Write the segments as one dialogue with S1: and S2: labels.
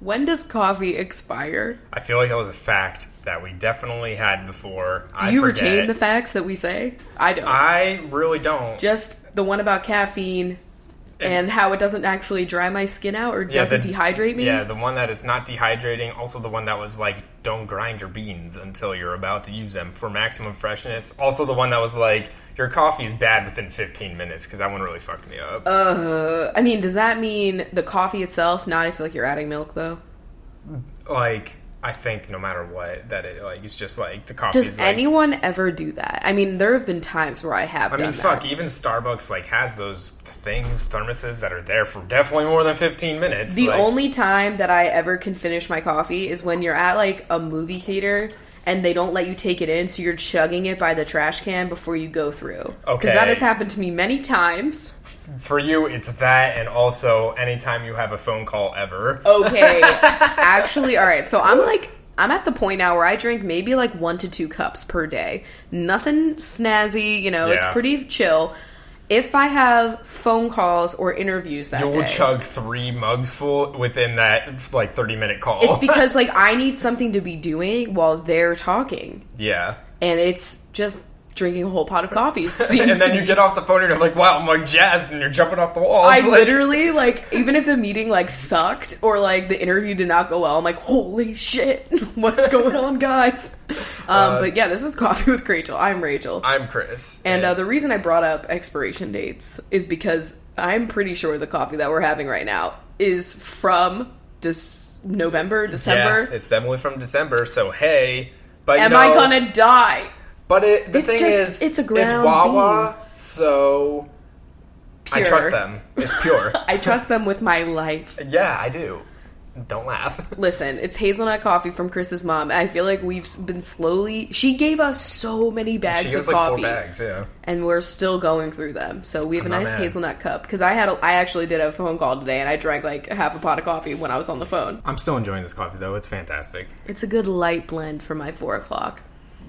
S1: When does coffee expire?
S2: I feel like that was a fact that we definitely had before.
S1: Do
S2: I
S1: you
S2: forget.
S1: retain the facts that we say? I don't.
S2: I really don't.
S1: Just the one about caffeine and how it doesn't actually dry my skin out or doesn't
S2: the-
S1: dehydrate me.
S2: Yeah, the one that is not dehydrating. Also, the one that was like, don't grind your beans until you're about to use them for maximum freshness. Also, the one that was like, your coffee is bad within 15 minutes because that one really fucked me up.
S1: Uh, I mean, does that mean the coffee itself? Not I feel like you're adding milk though.
S2: like, I think no matter what, that it like it's just like the coffee.
S1: Does
S2: is, like,
S1: anyone ever do that? I mean, there have been times where I have.
S2: I mean, fuck. Even Starbucks like has those things, thermoses that are there for definitely more than 15 minutes.
S1: The
S2: like,
S1: only time that I ever can finish my coffee is when you're at like a movie theater and they don't let you take it in, so you're chugging it by the trash can before you go through.
S2: Okay.
S1: Because that has happened to me many times.
S2: for you, it's that, and also anytime you have a phone call ever.
S1: Oh, Okay. Actually, all right. So I'm like, I'm at the point now where I drink maybe like one to two cups per day. Nothing snazzy, you know, it's
S2: Yeah.
S1: pretty chill. If I have phone calls or interviews that
S2: You will
S1: day,
S2: chug three mugs full within that like thirty minute call.
S1: it's because like I need something to be doing while they're talking.
S2: yeah,
S1: and it's just drinking a whole pot of coffee. Seems
S2: and
S1: to
S2: then
S1: be-
S2: you get off the phone and you're like, "Wow, I'm like jazzed," and you're jumping off the walls.
S1: I
S2: like,
S1: literally like even if the meeting like sucked or like the interview did not go well, I'm like, holy shit, what's going on, guys?
S2: Uh,
S1: Um, but yeah, this is coffee with Rachel. I'm Rachel,
S2: I'm Chris,
S1: and uh, the reason I brought up expiration dates is because I'm pretty sure the coffee that we're having right now is from Des- November, December.
S2: Yeah, it's definitely from December. So hey, but
S1: Am
S2: no,
S1: I gonna die?
S2: But it, the
S1: It's
S2: thing
S1: just-
S2: is,
S1: it's a ground
S2: Wawa, so I
S1: Pure.
S2: trust them. It's pure.
S1: I trust them with my life.
S2: yeah, I do. Don't laugh.
S1: Listen, it's hazelnut coffee from Chris's mom. I feel like we've been slowly. She gave us so many bags
S2: She gives
S1: of
S2: like
S1: coffee,
S2: four bags. Yeah.
S1: and we're still going through them. So we have a
S2: not
S1: nice
S2: mad.
S1: hazelnut cup because I had a, I actually did a phone call today, and I drank like half a pot of coffee when I was on the phone.
S2: I'm still enjoying this coffee though. It's fantastic.
S1: It's a good light blend for my four o'clock.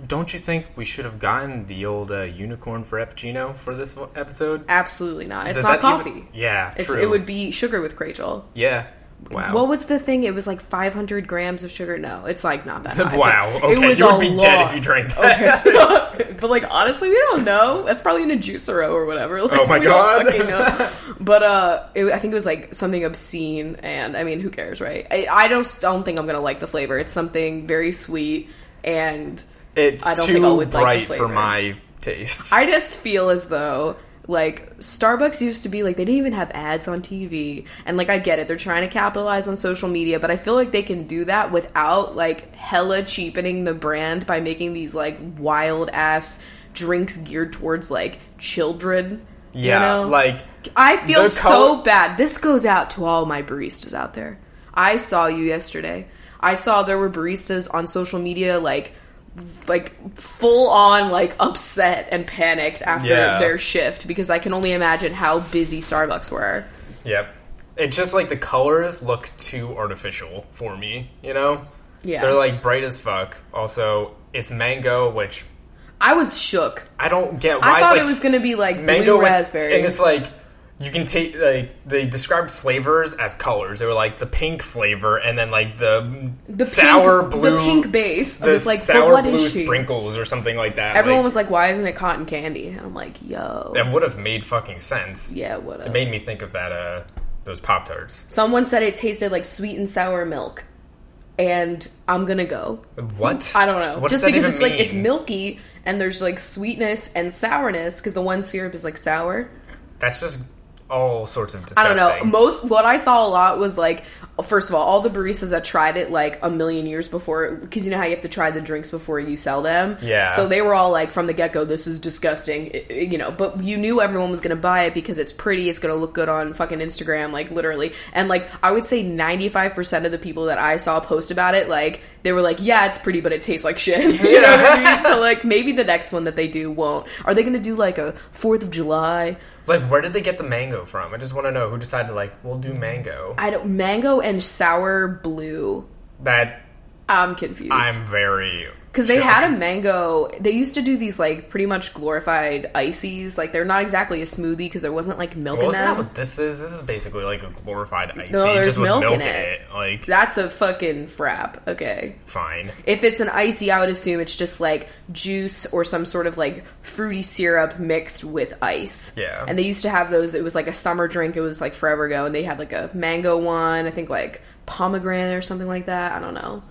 S2: Don't you think we should have gotten the old uh, unicorn frappuccino for this one episode?
S1: Absolutely not. It's
S2: Does
S1: not
S2: that
S1: coffee.
S2: even- yeah,
S1: it's,
S2: true.
S1: it would be sugar with Crachel.
S2: Yeah. Wow.
S1: What was the thing? It was like 500 grams of sugar. No, it's like not that high.
S2: Wow,
S1: but
S2: okay, you would be dead if you drank that.
S1: Okay. but like honestly, we don't know. That's probably in a juicero or whatever. Like,
S2: Oh my
S1: we don't
S2: God.
S1: fucking know. But uh, it, I think it was like something obscene. And I mean, who cares, right? I, I don't don't think I'm gonna like the flavor. It's something very sweet, and
S2: it's
S1: I don't
S2: too
S1: think I would like the
S2: bright for
S1: flavor.
S2: my tastes.
S1: I just feel as though like Starbucks used to be like they didn't even have ads on TV. And like I get it, they're trying to capitalize on social media, but I feel like they can do that without like hella cheapening the brand by making these like wild ass drinks geared towards like children. you
S2: yeah,
S1: know?
S2: like
S1: I feel
S2: the
S1: so
S2: color-
S1: bad. This goes out to all my baristas out there. I saw you yesterday. I saw there were baristas on social media like like full on like upset and panicked after
S2: Yeah.
S1: their shift because I can only imagine how busy Starbucks were.
S2: Yep. It's just like the colors look too artificial for me, you know?
S1: Yeah.
S2: They're like bright as fuck. Also, it's mango, which
S1: I was shook.
S2: I don't get why
S1: I
S2: it's
S1: thought
S2: like
S1: it was going to be like
S2: mango
S1: blue
S2: with-
S1: raspberry.
S2: and it's like you can take like they described flavors as colors. They were like the pink flavor and then like the,
S1: the
S2: sour
S1: pink, the
S2: blue
S1: pink base. I
S2: the
S1: was like, but
S2: sour
S1: what is
S2: blue
S1: she?
S2: sprinkles or something like that.
S1: Everyone
S2: like,
S1: was like, "Why isn't it cotton candy?" And I'm like, "Yo,
S2: that would have made fucking sense.
S1: yeah, what?"
S2: It made me think of that uh those pop tarts.
S1: Someone said it tasted like sweet and sour milk. And I'm gonna go.
S2: What?
S1: I don't know.
S2: What
S1: Just
S2: does that
S1: because
S2: even
S1: it's like it's
S2: mean?
S1: milky and there's like sweetness and sourness because the one syrup is like sour.
S2: That's just all sorts of
S1: I don't
S2: disgusting.
S1: know. Most what I saw a lot was like first of all, all the baristas that tried it like a million years before because you know how you have to try the drinks before you sell them.
S2: Yeah.
S1: So they were all like from the get go, this is disgusting, i- i- you know. But you knew everyone was gonna buy it because it's pretty, it's gonna look good on fucking Instagram, like literally. And like I would say, ninety five percent of the people that I saw post about it, like they were like, yeah, it's pretty, but it tastes like shit. you know what I mean? So like maybe the next one that they do won't. Are they gonna do like a Fourth of July?
S2: Like, where did they get the mango from? I just want to know who decided like we'll do mango.
S1: I don't mango and sour blue.
S2: That
S1: I'm confused.
S2: I'm very
S1: Because they
S2: Sure.
S1: had a mango. They used to do these like pretty much glorified ices. Like they're not exactly a smoothie because there wasn't like milk
S2: Well,
S1: in
S2: isn't that
S1: them.
S2: what this is? This is basically like a glorified icy,
S1: there's
S2: just with
S1: milk
S2: milk,
S1: in
S2: in
S1: it.
S2: it. Like,
S1: That's a fucking frap. Okay.
S2: fine.
S1: If it's an icy, I would assume it's just like juice or some sort of like fruity syrup mixed with ice.
S2: Yeah.
S1: And they used to have those. It was like a summer drink. It was like forever ago, and they had like a mango one. I think like pomegranate or something like that. I don't know.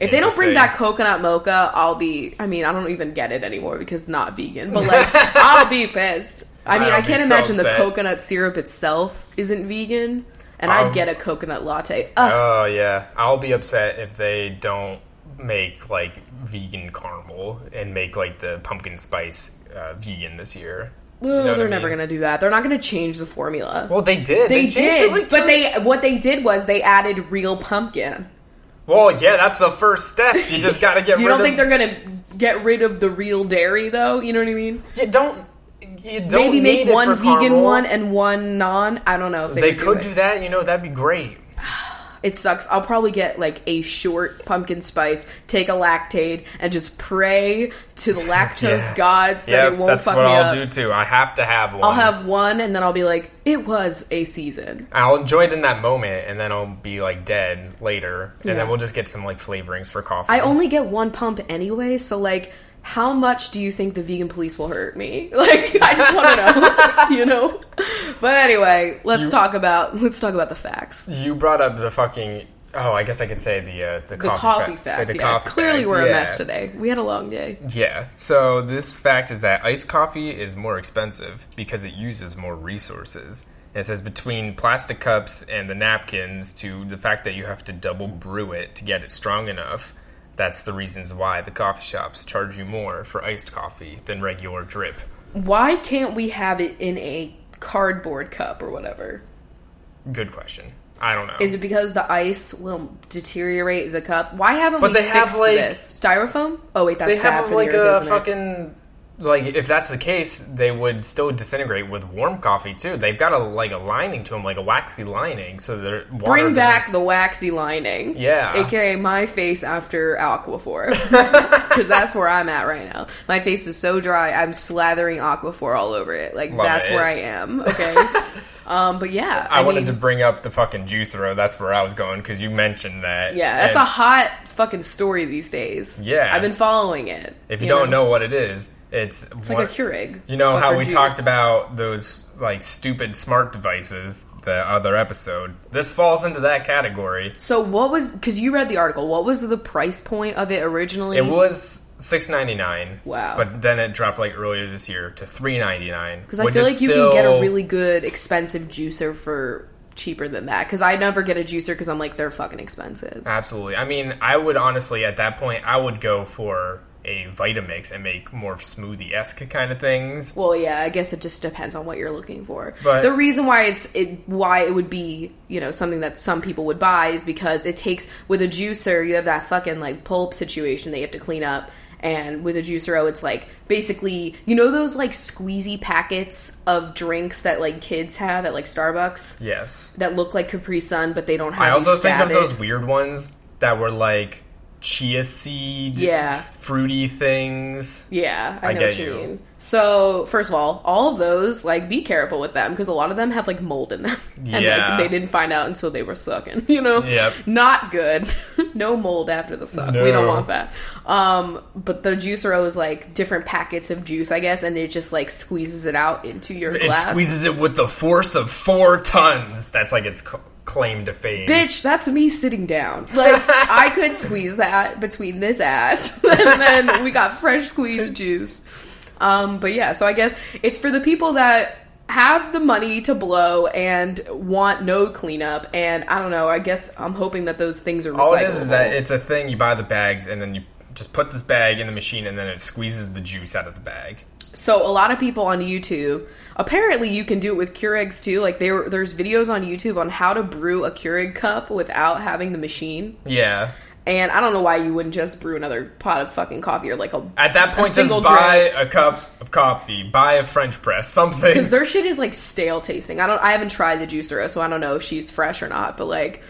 S1: If they don't bring
S2: Interesting.
S1: back coconut mocha, I'll be. I mean, I don't even get it anymore because not vegan. But like, I'll be pissed. I mean, I,
S2: I'll be
S1: can't
S2: so
S1: imagine the
S2: upset.
S1: coconut syrup itself isn't vegan, and I'd
S2: Um,
S1: get a coconut latte. Ugh.
S2: Oh yeah, I'll be upset if they don't make like vegan caramel and make like the pumpkin spice uh, vegan this year. You know
S1: Ugh,
S2: what I
S1: they're never
S2: mean?
S1: gonna do that. They're not gonna change the formula.
S2: Well, they did.
S1: They
S2: changed
S1: did,
S2: it, like,
S1: but
S2: two-
S1: they what they did was they added real pumpkin.
S2: Well, yeah, that's the first step. You just gotta get.
S1: You
S2: rid
S1: don't
S2: of,
S1: think they're gonna get rid of the real dairy though? You know what I mean?
S2: You don't. You don't
S1: Maybe make
S2: need it
S1: one
S2: for
S1: vegan
S2: caramel.
S1: one and one non. I don't know if they,
S2: They could
S1: do
S2: do
S1: it.
S2: that. You know, that'd be great.
S1: It sucks. I'll probably get like a short pumpkin spice, take a lactate, and just pray to the lactose
S2: Yeah.
S1: gods that
S2: Yep,
S1: it won't
S2: that's
S1: fuck
S2: what
S1: me
S2: I'll
S1: up.
S2: do too. I have to have one.
S1: I'll have one, and then I'll be like, it was a season.
S2: I'll enjoy it in that moment, and then I'll be like dead later, and
S1: Yeah.
S2: then we'll just get some like flavorings for coffee.
S1: I only get one pump anyway, so like, how much do you think the vegan police will hurt me? Like, I just want to know, you know. But anyway, let's
S2: You-
S1: talk about let's talk about the facts.
S2: You brought up the fucking. Oh, I guess I could say the uh, the,
S1: The
S2: coffee,
S1: coffee
S2: fact-
S1: fact.
S2: the
S1: yeah.
S2: coffee
S1: Clearly,
S2: fact,
S1: we're a
S2: yeah.
S1: mess today. We had a long day.
S2: Yeah. So this fact is that iced coffee is more expensive because it uses more resources. It says between plastic cups and the napkins to the fact that you have to double brew it to get it strong enough. That's the reasons why the coffee shops charge you more for iced coffee than regular drip.
S1: Why can't we have it in a cardboard cup or whatever?
S2: Good question. I don't know.
S1: Is it because the ice will deteriorate the cup? Why haven't
S2: But
S1: we
S2: they have,
S1: fixed
S2: like-
S1: this? Styrofoam? Oh wait, that's
S2: they
S1: bad
S2: have
S1: for
S2: like
S1: the
S2: a
S1: earth, isn't it?
S2: fucking like if that's the case they would still disintegrate with warm coffee too they've got a like a lining to them like a waxy lining so they're water
S1: Bring
S2: doesn't-
S1: back the waxy lining.
S2: Yeah.
S1: AKA my face after Aquaphor. Because that's where I'm at right now. My face is so dry, I'm slathering Aquaphor all over it. Like,
S2: Love
S1: that's
S2: it.
S1: where I am. Okay. um, but yeah.
S2: i, wanted
S1: mean,
S2: to bring up the fucking juice row that's where i was going because you mentioned that
S1: Yeah, that's a
S2: And
S1: hot fucking story these days.
S2: Yeah.
S1: I've been following it.
S2: if you, don't know? what it is it's
S1: it's like a Keurig.
S2: you know
S1: but
S2: how
S1: for
S2: we
S1: juice.
S2: talked about those like stupid smart devices the other episode this falls into that category
S1: So, what was. Because you read the article. What was the price point of it originally?
S2: It was six ninety nine.
S1: Wow.
S2: But then it dropped like earlier this year to three ninety nine.
S1: Because I feel like you can get a really good expensive juicer for cheaper than that. Because I never get a juicer because I'm like they're fucking expensive.
S2: absolutely. I mean, I would honestly at that point I would go for a Vitamix and make more smoothie esque kind of things.
S1: Well, yeah, I guess it just depends on what you're looking for.
S2: But-
S1: the reason why it's it why it would be you know something that some people would buy is because it takes with a juicer you have that fucking like pulp situation that you have to clean up. And with a juicer, oh, it's like basically you know those like squeezy packets of drinks that like kids have at like Starbucks
S2: Yes.
S1: that look like Capri Sun, but they don't have.
S2: I
S1: you
S2: also think
S1: stab
S2: of
S1: it.
S2: those weird ones that were like chia seed,
S1: Yeah.
S2: fruity things.
S1: Yeah, I,
S2: I
S1: know
S2: get
S1: what you,
S2: you.
S1: mean. So, first of all, all of those, like, be careful with them because a lot of them have like mold in them, and
S2: Yeah.
S1: like they didn't find out until they were sucking. You know,
S2: Yep.
S1: not good. no mold after the suck. We don't
S2: No.
S1: want that. Um, but the juicero is like different packets of juice, I guess, and it just like squeezes it out into your
S2: It
S1: glass.
S2: squeezes it with the force of four tons. That's like its c- claim to fame.
S1: Bitch, that's me sitting down. Like I could squeeze that between this ass, and then we got fresh squeezed juice. Um, but yeah, so I guess it's for the people that have the money to blow and want no cleanup. And I don't know. I guess I'm hoping that those things are recyclable.
S2: All it is is that it's a thing. You buy the bags, and then you just put this bag in the machine, and then it squeezes the juice out of the bag.
S1: So a lot of people on YouTube, apparently you can do it with Keurigs too. Like there, there's videos on YouTube on how to brew a Keurig cup without having the machine.
S2: Yeah.
S1: And I don't know why you wouldn't just brew another pot of fucking coffee or like a
S2: At that point, just
S1: single
S2: buy a cup of coffee, buy a French press, something.
S1: because their shit is like stale tasting. I don't I haven't tried the juicero, so I don't know if she's fresh or not, but like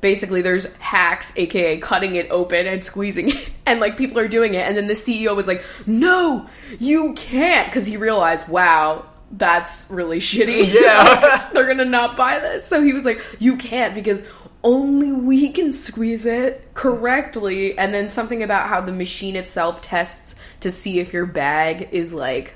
S1: basically there's hacks, aka cutting it open and squeezing it, and like people are doing it. And then the CEO was like, "No, you can't," because he realized, wow. That's really shitty.
S2: Yeah.
S1: They're gonna not buy this. So he was like, You can't because only we can squeeze it correctly and then something about how the machine itself tests to see if your bag is like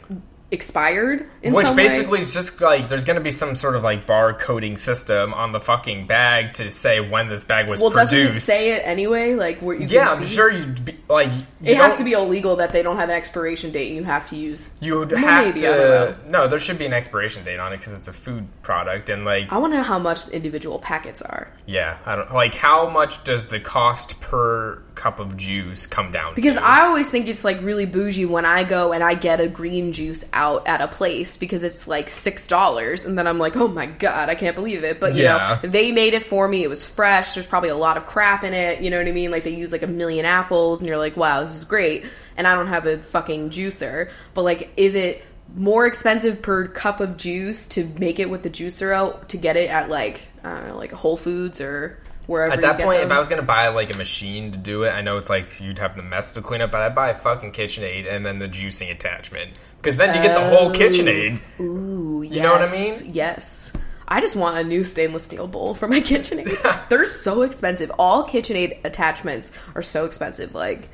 S1: expired in
S2: Which
S1: some way.
S2: basically is just like there's going to be some sort of like bar coding system on the fucking bag to say when this bag was
S1: well
S2: produced.
S1: doesn't it say it anyway like where you
S2: yeah,
S1: can
S2: I'm
S1: see?
S2: sure you'd be like you
S1: it has
S2: don't-
S1: to be illegal that they don't have an expiration date and you have to use
S2: You'd have
S1: maybe, I don't
S2: to no. There should be an expiration date on it because it's a food product, and like
S1: i want to know how much the individual packets are
S2: yeah, I don't like how much does the cost per cup of juice come down?
S1: Because
S2: to?
S1: I always think it's like really bougie when I go and I get a green juice out at a place because it's like six dollars, and then I'm like, oh my god, I can't believe it. But you
S2: Yeah.
S1: know, they made it for me. It was fresh. There's probably a lot of crap in it. You know what I mean? Like they use like a million apples, and you're like, wow, this is great. And I don't have a fucking juicer, but like, is it? More expensive per cup of juice to make it with the juicer out to get it at like I don't know like Whole Foods or wherever.
S2: at
S1: you
S2: that
S1: get
S2: point,
S1: them.
S2: if I was gonna buy like a machine to do it, I know it's like you'd have the mess to clean up, but I'd buy a fucking KitchenAid and then the juicing attachment because then you get the whole
S1: Oh.
S2: KitchenAid.
S1: Ooh, yes,
S2: You know what I mean?
S1: Yes. I just want a new stainless steel bowl for my KitchenAid. They're so expensive. All KitchenAid attachments are so expensive. Like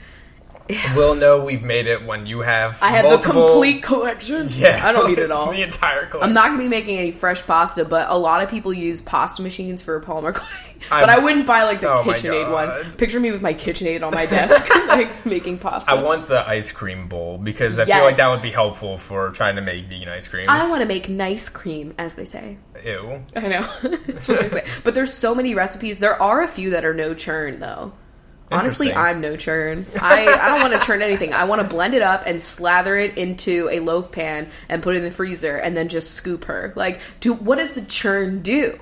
S2: We'll know we've made it when you have.
S1: I have
S2: multiple-
S1: the complete collection.
S2: Yeah,
S1: I don't need it all.
S2: the entire collection.
S1: I'm not gonna be making any fresh pasta, but a lot of people use pasta machines for polymer clay. but I
S2: I'm-
S1: wouldn't buy like the
S2: Oh my
S1: KitchenAid
S2: God.
S1: one. Picture me with my KitchenAid on my desk, like making pasta.
S2: I want the ice cream bowl because I feel like that
S1: Yes.
S2: would be helpful for trying to make vegan ice creams.
S1: I want to make nice cream, as they say.
S2: Ew.
S1: I know. That's what they say. But there's so many recipes. There are a few that are no churn though. Honestly,
S2: Interesting.
S1: I'm no churn. I, I don't want to churn anything. I want to blend it up and slather it into a loaf pan and put it in the freezer and then just scoop her. Like, do what does the churn do?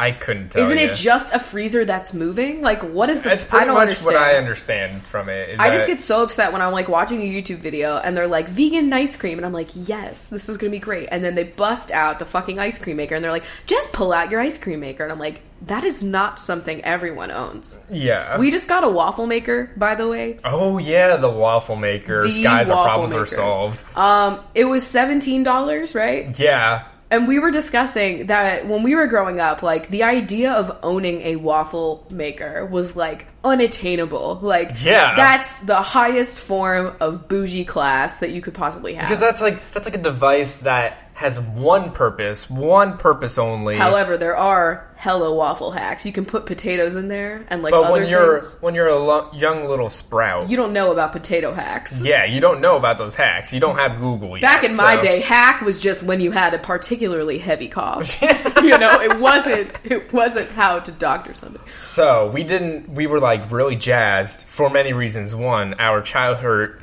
S2: I couldn't tell.
S1: Isn't
S2: you.
S1: it just a freezer that's moving? Like, what is the?
S2: Oh, That's pretty
S1: I don't
S2: much
S1: understand.
S2: what I understand from it. Is
S1: I just
S2: that-
S1: get so upset when I'm like watching a YouTube video and they're like vegan ice cream and I'm like, yes, this is gonna be great. And then they bust out the fucking ice cream maker and they're like, just pull out your ice cream maker. And I'm like, that is not something everyone owns.
S2: yeah.
S1: We just got a waffle maker, by the way.
S2: oh yeah, the waffle makers.
S1: The
S2: Guys, our
S1: waffle
S2: problems are
S1: maker.
S2: solved.
S1: Um, it was seventeen dollars, right?
S2: yeah.
S1: And we were discussing that when we were growing up, like the idea of owning a waffle maker was like unattainable. Like,
S2: Yeah.
S1: that's the highest form of bougie class that you could possibly have.
S2: Because that's like that's like a device that has one purpose, one purpose only.
S1: However, there are hella waffle hacks. You can put potatoes in there and like
S2: but
S1: other
S2: when you're
S1: things.
S2: when you're a lo- young little sprout,
S1: You don't know about potato hacks.
S2: yeah, you don't know about those hacks. You don't have Google yet.
S1: Back in my
S2: so-
S1: day, hack was just when you had a particularly heavy cough. you know, it wasn't it wasn't how to doctor something.
S2: So we didn't. We were like really jazzed for many reasons. One, our childhood,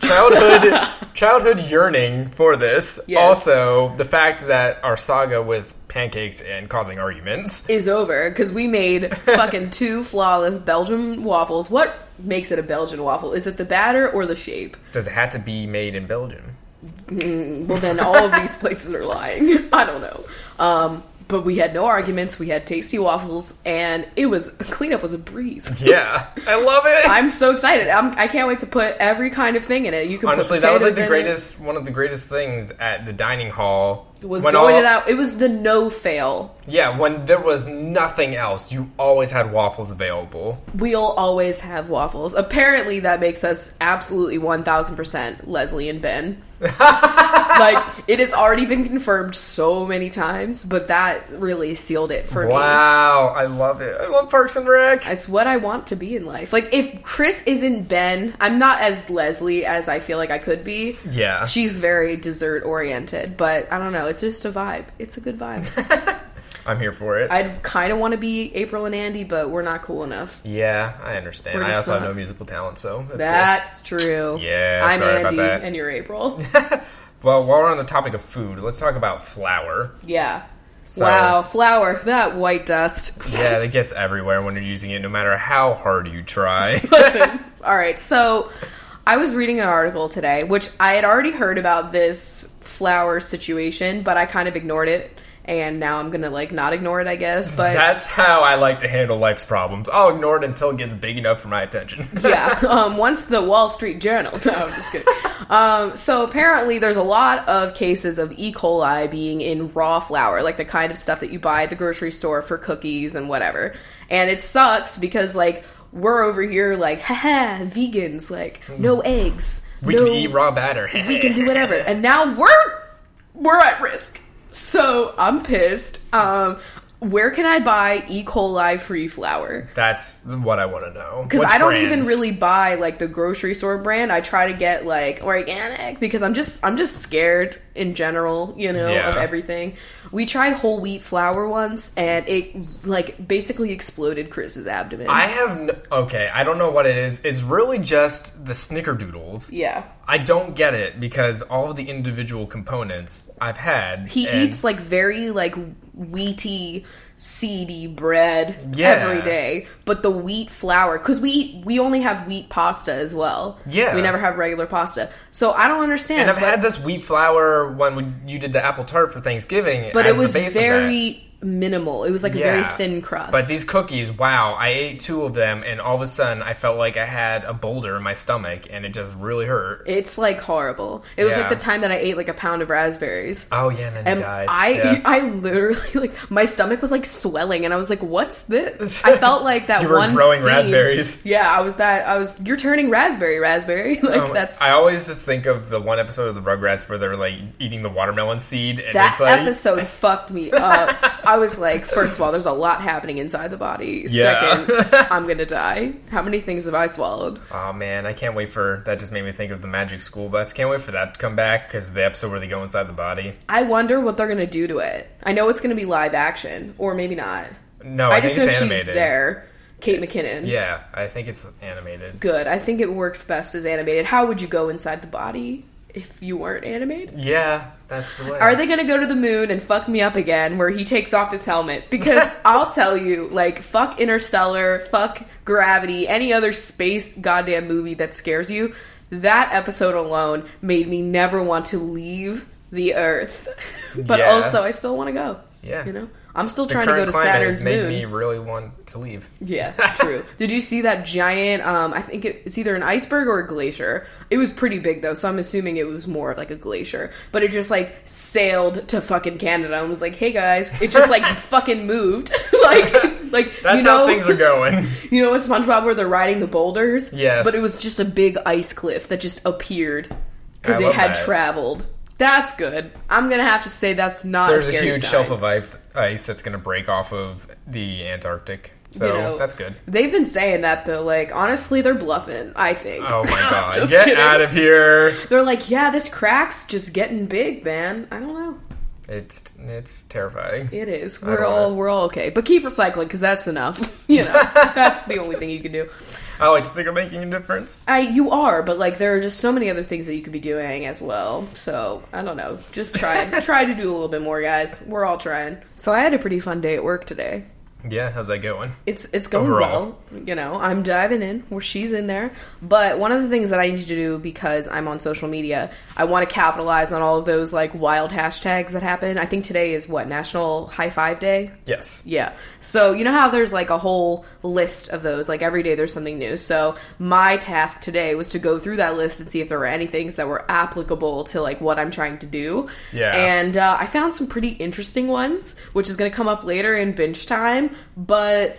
S2: childhood, childhood yearning for this.
S1: Yes.
S2: Also, the fact that our saga with pancakes and causing arguments.
S1: Is over because we made fucking two flawless Belgian waffles. What makes it a Belgian waffle? Is it the batter or the shape?
S2: Does it have to be made in Belgium?
S1: Well, then all of these places are lying. I don't know. Um, but we had no arguments. We had tasty waffles, and it was cleanup was a breeze.
S2: Yeah, I love it.
S1: I'm so excited. I'm, I can't wait to put every kind of thing in it. You can
S2: Honestly,
S1: put
S2: that was like
S1: potatoes in
S2: the
S1: it.
S2: greatest, one of the greatest things at the dining hall.
S1: Was
S2: When
S1: going
S2: all-
S1: it out. It was the no fail.
S2: Yeah, when there was nothing else, you always had waffles available.
S1: We'll always have waffles. Apparently, that makes us absolutely one thousand percent Leslie and Ben. like it has already been confirmed so many times, but that really sealed it for me.
S2: Wow, I love it. I love Parks and Rec.
S1: It's what I want to be in life. Like if Chris isn't Ben, I'm not as Leslie as I feel like I could be.
S2: yeah.
S1: She's very dessert oriented, but I don't know. It's just a vibe. It's a good vibe.
S2: I'm here for it.
S1: I'd kind of want to be April and Andy, but we're not cool enough.
S2: yeah, I understand.
S1: We're
S2: I
S1: just
S2: also have
S1: not-
S2: no musical talent, so that's
S1: That's true.
S2: Yeah,
S1: I'm
S2: sorry about
S1: Andy
S2: that.
S1: and you're April.
S2: cool. Well, while we're on the topic of food, let's talk about flour.
S1: yeah.
S2: So-
S1: Wow, flour, that white dust.
S2: Yeah, it gets everywhere when you're using it, no matter how hard you try.
S1: Listen. All right. So I was reading an article today, which I had already heard about this flower situation, but I kind of ignored it and now I'm gonna like not ignore it, I guess. But
S2: That's how I like to handle life's problems. I'll ignore it until it gets big enough for my attention.
S1: yeah. Um, once the Wall Street Journal. No, I'm just kidding. Um, so apparently, there's a lot of cases of E. coli being in raw flour, like the kind of stuff that you buy at the grocery store for cookies and whatever. And it sucks because like we're over here like, haha, vegans, like no eggs.
S2: Hmm. We
S1: no,
S2: can eat raw batter.
S1: We can do whatever. And now we're we're at risk. So I'm pissed. Um, where can I buy E. coli free flour?
S2: That's what I want to know.
S1: because
S2: Which
S1: I don't even
S2: brands?
S1: really buy like the grocery store brand. I try to get like organic because I'm just I'm just scared in general, you know, of
S2: Yeah.
S1: everything. We tried whole wheat flour once, and it like basically exploded Chris's abdomen.
S2: I have n okay. I don't know what it is. It's really just the snickerdoodles.
S1: yeah,
S2: I don't get it because all of the individual components I've had.
S1: he
S2: and-
S1: eats like very like wheaty, seedy bread
S2: Yeah.
S1: every day, but the wheat flour because we eat, we only have wheat pasta as well.
S2: Yeah.
S1: we never have regular pasta, so I don't understand.
S2: And I've
S1: but-
S2: had this wheat flour when we- you did the apple tart for Thanksgiving.
S1: but
S2: as
S1: it was
S2: the base of that.
S1: very minimal. It was like a very
S2: Yeah.
S1: thin crust.
S2: But these cookies, wow! I ate two of them, and all of a sudden, I felt like I had a boulder in my stomach, and it just really hurt.
S1: it's like horrible. It was like
S2: Yeah.
S1: the time that I ate like a pound of raspberries.
S2: Oh yeah, and then
S1: And
S2: you died.
S1: I,
S2: Yeah.
S1: I literally like my stomach was like swelling, and I was like, "What's this?" I felt like that
S2: You were
S1: one
S2: growing
S1: scene-
S2: raspberries.
S1: Yeah, I was that. I was. You're turning raspberry, raspberry. Like
S2: Um,
S1: that's
S2: I always just think of the one episode of the Rugrats where they're like eating the watermelon seed, and
S1: that
S2: it's like
S1: episode fucked me up. I was like, first of all, there's a lot happening inside the body.
S2: Yeah.
S1: Second, I'm gonna die. How many things have I swallowed?
S2: Oh man, I can't wait for that. Just made me think of the Magic School Bus. Can't wait for that to come back because the episode where they go inside the body.
S1: I wonder what they're gonna do to it. I know it's gonna be live action, or maybe not.
S2: No, I,
S1: I just know
S2: think it's
S1: she's
S2: animated.
S1: there. Kate McKinnon.
S2: Yeah, I think it's animated.
S1: Good. I think it works best as animated. How would you go inside the body if you weren't animated?
S2: Yeah, that's the way.
S1: Are they gonna go to the moon and fuck me up again where he takes off his helmet? Because I'll tell you, like, fuck Interstellar, fuck Gravity, any other space goddamn movie that scares you. That episode alone made me never want to leave the Earth. but
S2: Yeah.
S1: also, I still want to go.
S2: Yeah.
S1: You know? I'm still
S2: The
S1: trying to go
S2: current
S1: to
S2: climate
S1: Saturn's
S2: has made
S1: moon.
S2: me really want to leave.
S1: Yeah, true. Did you see that giant? Um, I think it's either an iceberg or a glacier. It was pretty big though, so I'm assuming it was more of like a glacier. But it just like sailed to fucking Canada and was like, "Hey guys!" It just like fucking moved. like, like
S2: That's
S1: you know,
S2: how things are going.
S1: You know, in SpongeBob where they're riding the boulders.
S2: Yes.
S1: but it was just a big ice cliff that just appeared because
S2: I
S1: it
S2: love
S1: had
S2: that.
S1: traveled. That's good. I'm gonna have to say that's not.
S2: There's a
S1: scary
S2: huge
S1: sign.
S2: shelf of ice, ice that's going to break off of the Antarctic. So
S1: You know,
S2: that's good.
S1: They've been saying that though. Like honestly, they're bluffing. I think.
S2: Oh my god!
S1: Just
S2: Get
S1: kidding.
S2: out of here!
S1: They're like, yeah, this crack's just getting big, man. I don't know.
S2: It's it's terrifying.
S1: It is.
S2: don't
S1: We're all
S2: know.
S1: we're all okay, but keep recycling because that's enough. You know, that's the only thing you can do.
S2: I like to think I'm making a difference.
S1: I you are, but like there are just so many other things that you could be doing as well. So I don't know. Just try try to do a little bit more, guys. We're all trying. So I had a pretty fun day at work today.
S2: Yeah, how's that going?
S1: it's it's going
S2: Overall.
S1: well. You know, I'm diving in where she's in there. But one of the things that I need to do because I'm on social media, I want to capitalize on all of those like wild hashtags that happen. I think today is what National High Five Day.
S2: Yes.
S1: Yeah. So you know how there's like a whole list of those. Like every day there's something new. So my task today was to go through that list and see if there were any things that were applicable to like what I'm trying to do.
S2: Yeah.
S1: And uh, I found some pretty interesting ones, which is going to come up later in binge time. But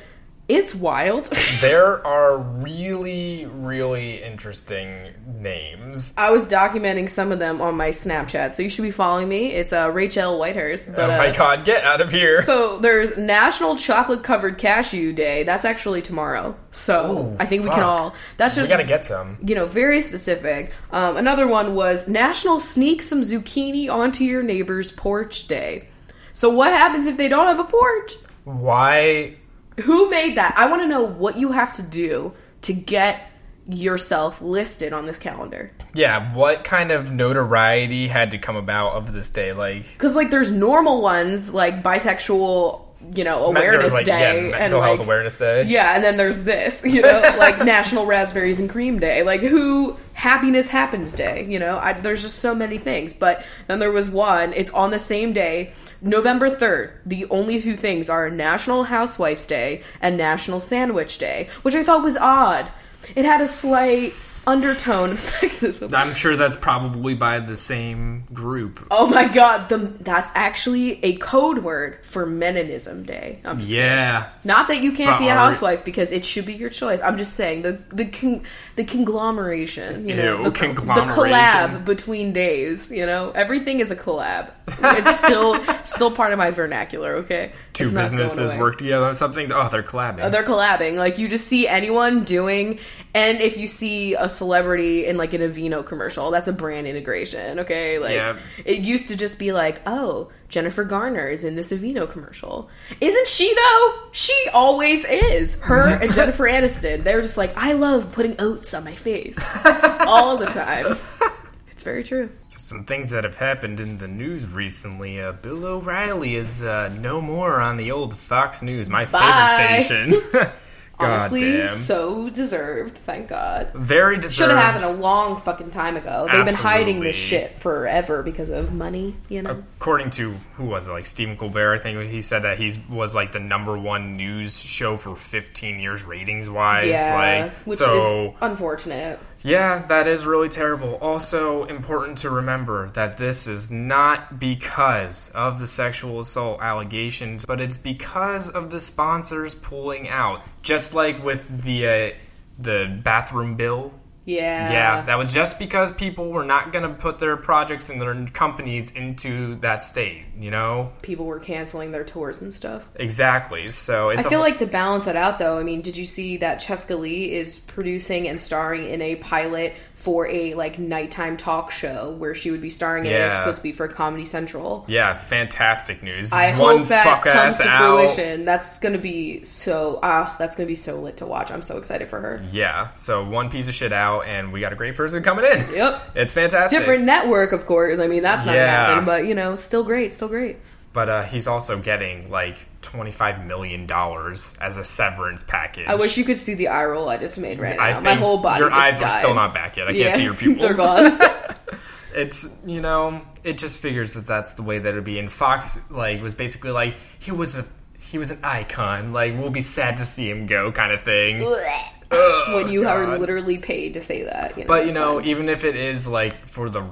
S1: it's wild.
S2: There are really, really interesting names.
S1: I was documenting some of them on my Snapchat, so you should be following me. It's uh, Rachel Whitehurst. But,
S2: oh my
S1: uh,
S2: god, get out of here.
S1: So there's National Chocolate Covered Cashew Day. That's actually tomorrow. So
S2: Ooh,
S1: I think we can
S2: Oh, fuck.
S1: all. That's
S2: we
S1: just
S2: gotta get some.
S1: you know very specific. Um, another one was National Sneak Some Zucchini Onto Your Neighbor's Porch Day. So what happens if they don't have a porch?
S2: Why?
S1: Who made that? I want to know what you have to do to get yourself listed on this calendar.
S2: Yeah, what kind of notoriety had to come about of this day? Like,
S1: Because like there's normal ones like bisexual you know, awareness
S2: There's, like,
S1: day
S2: yeah,
S1: and
S2: mental
S1: like
S2: health awareness day.
S1: yeah, and then there's this, you know, like National Raspberries and Cream Day, like who Happiness Happens Day, you know. I, there's just so many things, but then there was one. It's on the same day, November third. The only two things are National Housewives Day and National Sandwich Day, which I thought was odd. It had a slight undertone of sexism.
S2: I'm sure that's probably by the same group.
S1: Oh my god, the, that's actually a code word for Meninism Day. I'm just
S2: Yeah.
S1: Not that you can't
S2: But
S1: be a
S2: are-
S1: housewife because it should be your choice. I'm just saying the the con- the conglomeration, you know,
S2: Ew,
S1: the, co- the
S2: conglomeration.
S1: collab between days. You know, everything is a collab. It's still still part of my vernacular. Okay,
S2: Two
S1: It's not going
S2: businesses
S1: away.
S2: work together on something. Oh, they're collabing.
S1: They're collabing. Like you just see anyone doing, and if you see a celebrity in like an Aveeno commercial, that's a brand integration. Okay, like
S2: Yeah.
S1: it used to just be like, oh, Jennifer Garner is in this Aveeno commercial. Isn't she though? She always is. Her
S2: Mm-hmm.
S1: and Jennifer Aniston. They're just like, I love putting oats on my face all the time. It's very true.
S2: Some things that have happened in the news recently. Uh, Bill O'Reilly is uh, no more on the old Fox News, my
S1: Bye.
S2: favorite station. God
S1: Honestly,
S2: damn.
S1: so deserved. Thank God.
S2: Very deserved.
S1: Should have happened a long fucking time ago. They've been hiding this
S2: Absolutely.
S1: shit forever because of money, you know.
S2: According to who was it, like Stephen Colbert, I think he said that he was like the number one news show for 15 years ratings wise.
S1: yeah,
S2: like,
S1: which
S2: so
S1: is unfortunate.
S2: Yeah, that is really terrible. Also, important to remember that this is not because of the sexual assault allegations, but it's because of the sponsors pulling out. Just like with the uh, the bathroom bill.
S1: Yeah,
S2: yeah, that was just because people were not going to put their projects and their companies into that state, you know?
S1: people were canceling their tours and stuff.
S2: Exactly. So
S1: I
S2: it's a
S1: feel
S2: whole-
S1: like to balance it out, though. I mean, did you see that Cheska Lee is producing and starring in a pilot for a like nighttime talk show where she would be starring in? it. It's
S2: Yeah.
S1: supposed to be for Comedy Central.
S2: yeah, fantastic news.
S1: I
S2: One
S1: hope that
S2: fuck
S1: comes
S2: ass
S1: to
S2: out.
S1: fruition. That's gonna be so ah, that's gonna be so lit to watch. I'm so excited for her.
S2: Yeah, so one piece of shit out, and we got a great person coming in.
S1: Yep.
S2: it's fantastic.
S1: different network, of course. I mean, that's not
S2: Yeah.
S1: happening, but you know, still great, still great.
S2: But uh, he's also getting like twenty five million dollars as a severance package.
S1: I wish you could see the eye roll I just made right
S2: I
S1: now.
S2: think
S1: My whole body.
S2: Your
S1: just
S2: eyes are
S1: died.
S2: still not back yet. I
S1: Yeah.
S2: can't see your pupils.
S1: They're gone.
S2: It's you know, it just figures that that's the way that it'd be. And Fox like was basically like he was a he was an icon. Like we'll be sad to see him go, kind of thing.
S1: when you are
S2: Oh, God.
S1: literally paid to say that. You know,
S2: But you
S1: it's
S2: know,
S1: fine.
S2: even if it is like for the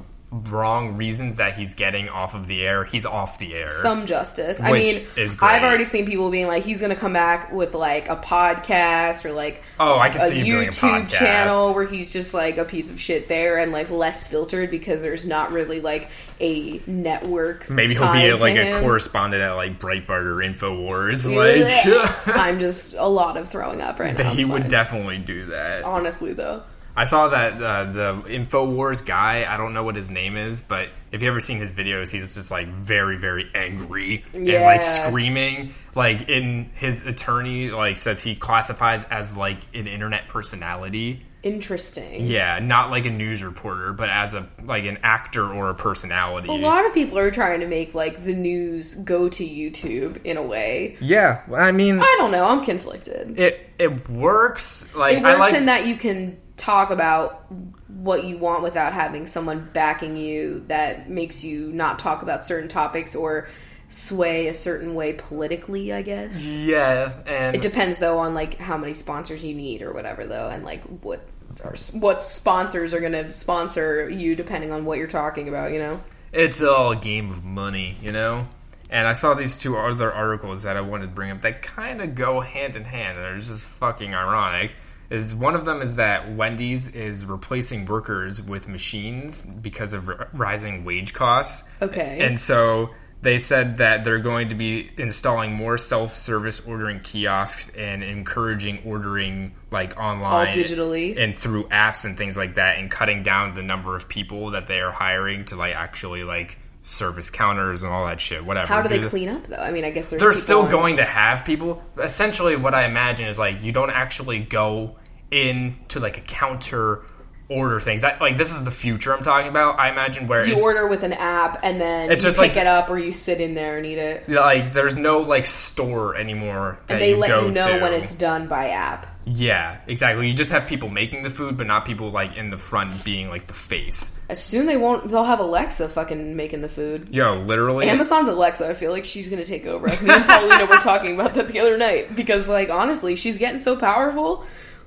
S2: wrong reasons that he's getting off of the air, he's off the air.
S1: some justice. I
S2: Which
S1: mean,
S2: is
S1: I've
S2: great.
S1: already seen people being like, he's going to come back with like a podcast or like
S2: Oh, I can
S1: a
S2: see him doing a
S1: YouTube
S2: podcast.
S1: channel where he's just like a piece of shit there and like less filtered because there's not really like a network.
S2: Maybe he'll be
S1: tied to
S2: like a
S1: him.
S2: correspondent at like Breitbart or Infowars.
S1: Blech.
S2: Like
S1: I'm just a lot of throwing up right now.
S2: he
S1: It's
S2: would
S1: fine.
S2: definitely do that.
S1: honestly though.
S2: I saw that uh, the Infowars guy. I don't know what his name is, but if you ever seen his videos, he's just like very, very angry and
S1: Yeah.
S2: like screaming. Like in his attorney, like says he classifies as like an internet personality.
S1: Interesting.
S2: Yeah, not like a news reporter, but as a like an actor or a personality.
S1: A lot of people are trying to make like the news go to YouTube in a way.
S2: Yeah, I mean,
S1: I don't know. I'm conflicted.
S2: it it works. Like
S1: It
S2: I
S1: works
S2: like
S1: in that you can talk about what you want without having someone backing you that makes you not talk about certain topics or sway a certain way politically. I guess
S2: Yeah, and
S1: it depends though on like how many sponsors you need or whatever though, and like what. are- What sponsors are going to sponsor you depending on what you're talking about, you know?
S2: it's all a game of money, you know. And I saw these two other articles that I wanted to bring up that kind of go hand in hand, and it's just fucking ironic. Is one of them is that Wendy's is replacing workers with machines because of r- rising wage costs.
S1: Okay.
S2: And so they said that they're going to be installing more self-service ordering kiosks and encouraging ordering like online
S1: digitally.
S2: and through apps and things like that and cutting down the number of people that they are hiring to like actually like service counters and all that shit whatever
S1: How do they
S2: Dude,
S1: clean up though? I mean, I guess there's
S2: they're
S1: people
S2: still
S1: on-
S2: going to have people essentially what i imagine is like you don't actually go in to like a counter order things. That like this is the future I'm talking about. I imagine where
S1: You
S2: it's
S1: order with an app, and then
S2: It's
S1: you
S2: just
S1: pick
S2: like-
S1: it up, or you sit in there and eat it.
S2: like there's no like store anymore that
S1: And they
S2: you
S1: let
S2: go
S1: you know
S2: to.
S1: when it's done by app.
S2: yeah exactly. You just have people making the food, but not people like in the front being like the face.
S1: Soon they won't. They'll have Alexa fucking making the food.
S2: Yo, literally.
S1: Amazon's Alexa. I feel like she's gonna take over. I mean, Paulina were talking about that the other night because, like, honestly, she's getting so powerful.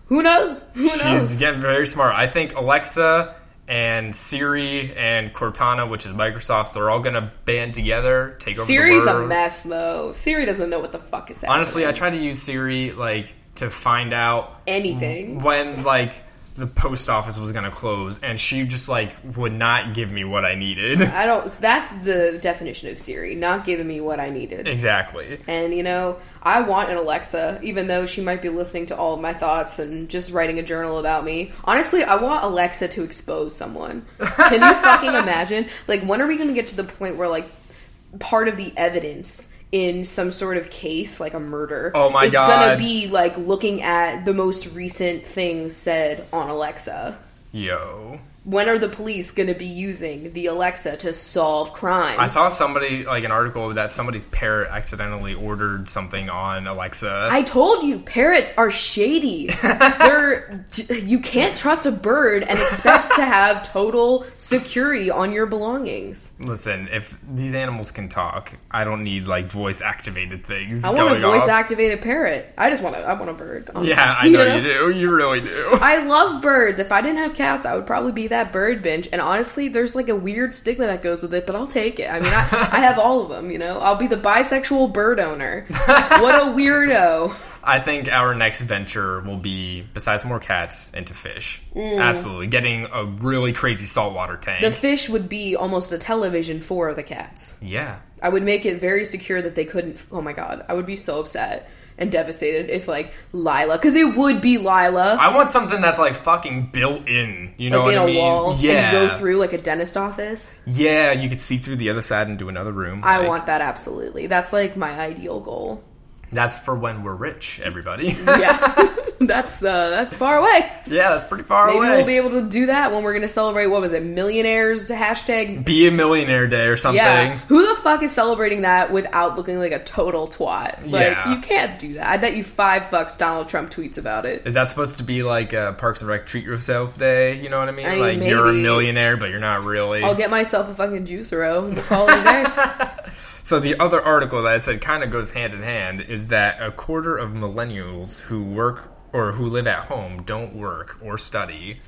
S1: Who knows? Who knows?
S2: She's getting very smart. I think Alexa and Siri and Cortana, which is Microsoft's, they're all going to band together, take over
S1: Siri's
S2: the
S1: a
S2: world.
S1: mess, though. Siri doesn't know what the fuck is happening.
S2: Honestly, I tried to use Siri like to find out
S1: anything.
S2: when like the post office was going to close, and she just like would not give me what I needed.
S1: I don't. That's the definition of Siri. Not giving me what I needed.
S2: exactly.
S1: And you know, I want an Alexa, even though she might be listening to all of my thoughts and just writing a journal about me. Honestly, I want Alexa to expose someone. Can you fucking imagine? Like, when are we going to get to the point where like part of the evidence in some sort of case, like a murder,
S2: Oh my
S1: is gonna
S2: God.
S1: be like looking at the most recent things said on Alexa?
S2: Yo.
S1: When are the police going to be using the Alexa to solve crimes?
S2: I saw somebody like an article that somebody's parrot accidentally ordered something on Alexa.
S1: I told you, parrots are shady. They're you can't trust a bird and expect to have total security on your belongings.
S2: Listen, if these animals can talk, I don't need like voice activated things.
S1: I want a
S2: going
S1: voice
S2: off.
S1: activated parrot. I just want a I want a bird. honestly.
S2: Yeah, I know you do. You really do.
S1: I love birds. If I didn't have cats, I would probably be that bird binge. And honestly, there's like a weird stigma that goes with it, but I'll take it. I mean, I, I have all of them, you know? I'll be the bisexual bird owner. What a weirdo.
S2: I think our next venture will be, besides more cats, into fish. Absolutely. Getting a really crazy saltwater tank.
S1: Mm. The fish would be almost a television for the cats.
S2: yeah.
S1: I would make it very secure that they couldn't. Oh my god, I would be so upset and devastated if like Lila, because it would be Lila,
S2: I want something that's like fucking built in. You know
S1: like in
S2: what
S1: a
S2: I mean?
S1: wall,
S2: yeah.
S1: and you go through like a dentist office.
S2: Yeah, you could see through the other side and do another room.
S1: I
S2: Like,
S1: want that absolutely. That's like my ideal goal.
S2: That's for when we're rich, everybody.
S1: Yeah, that's uh, that's far away.
S2: yeah, that's pretty far
S1: Maybe
S2: away.
S1: we'll be able to do that when we're gonna celebrate. What was it, millionaires hashtag?
S2: Be a millionaire day or something.
S1: Yeah, who the fuck is celebrating that without looking like a total twat? Like
S2: Yeah.
S1: you can't do that. I bet you five bucks Donald Trump tweets about it.
S2: Is that supposed to be like a Parks and Rec treat yourself day? You know what I mean?
S1: I mean,
S2: like you're a
S1: maybe.
S2: millionaire, but you're not really.
S1: I'll get myself a fucking juice row and call it a day.
S2: so the other article that I said kind of goes hand in hand is that a quarter of millennials who work or who live at home don't work or study.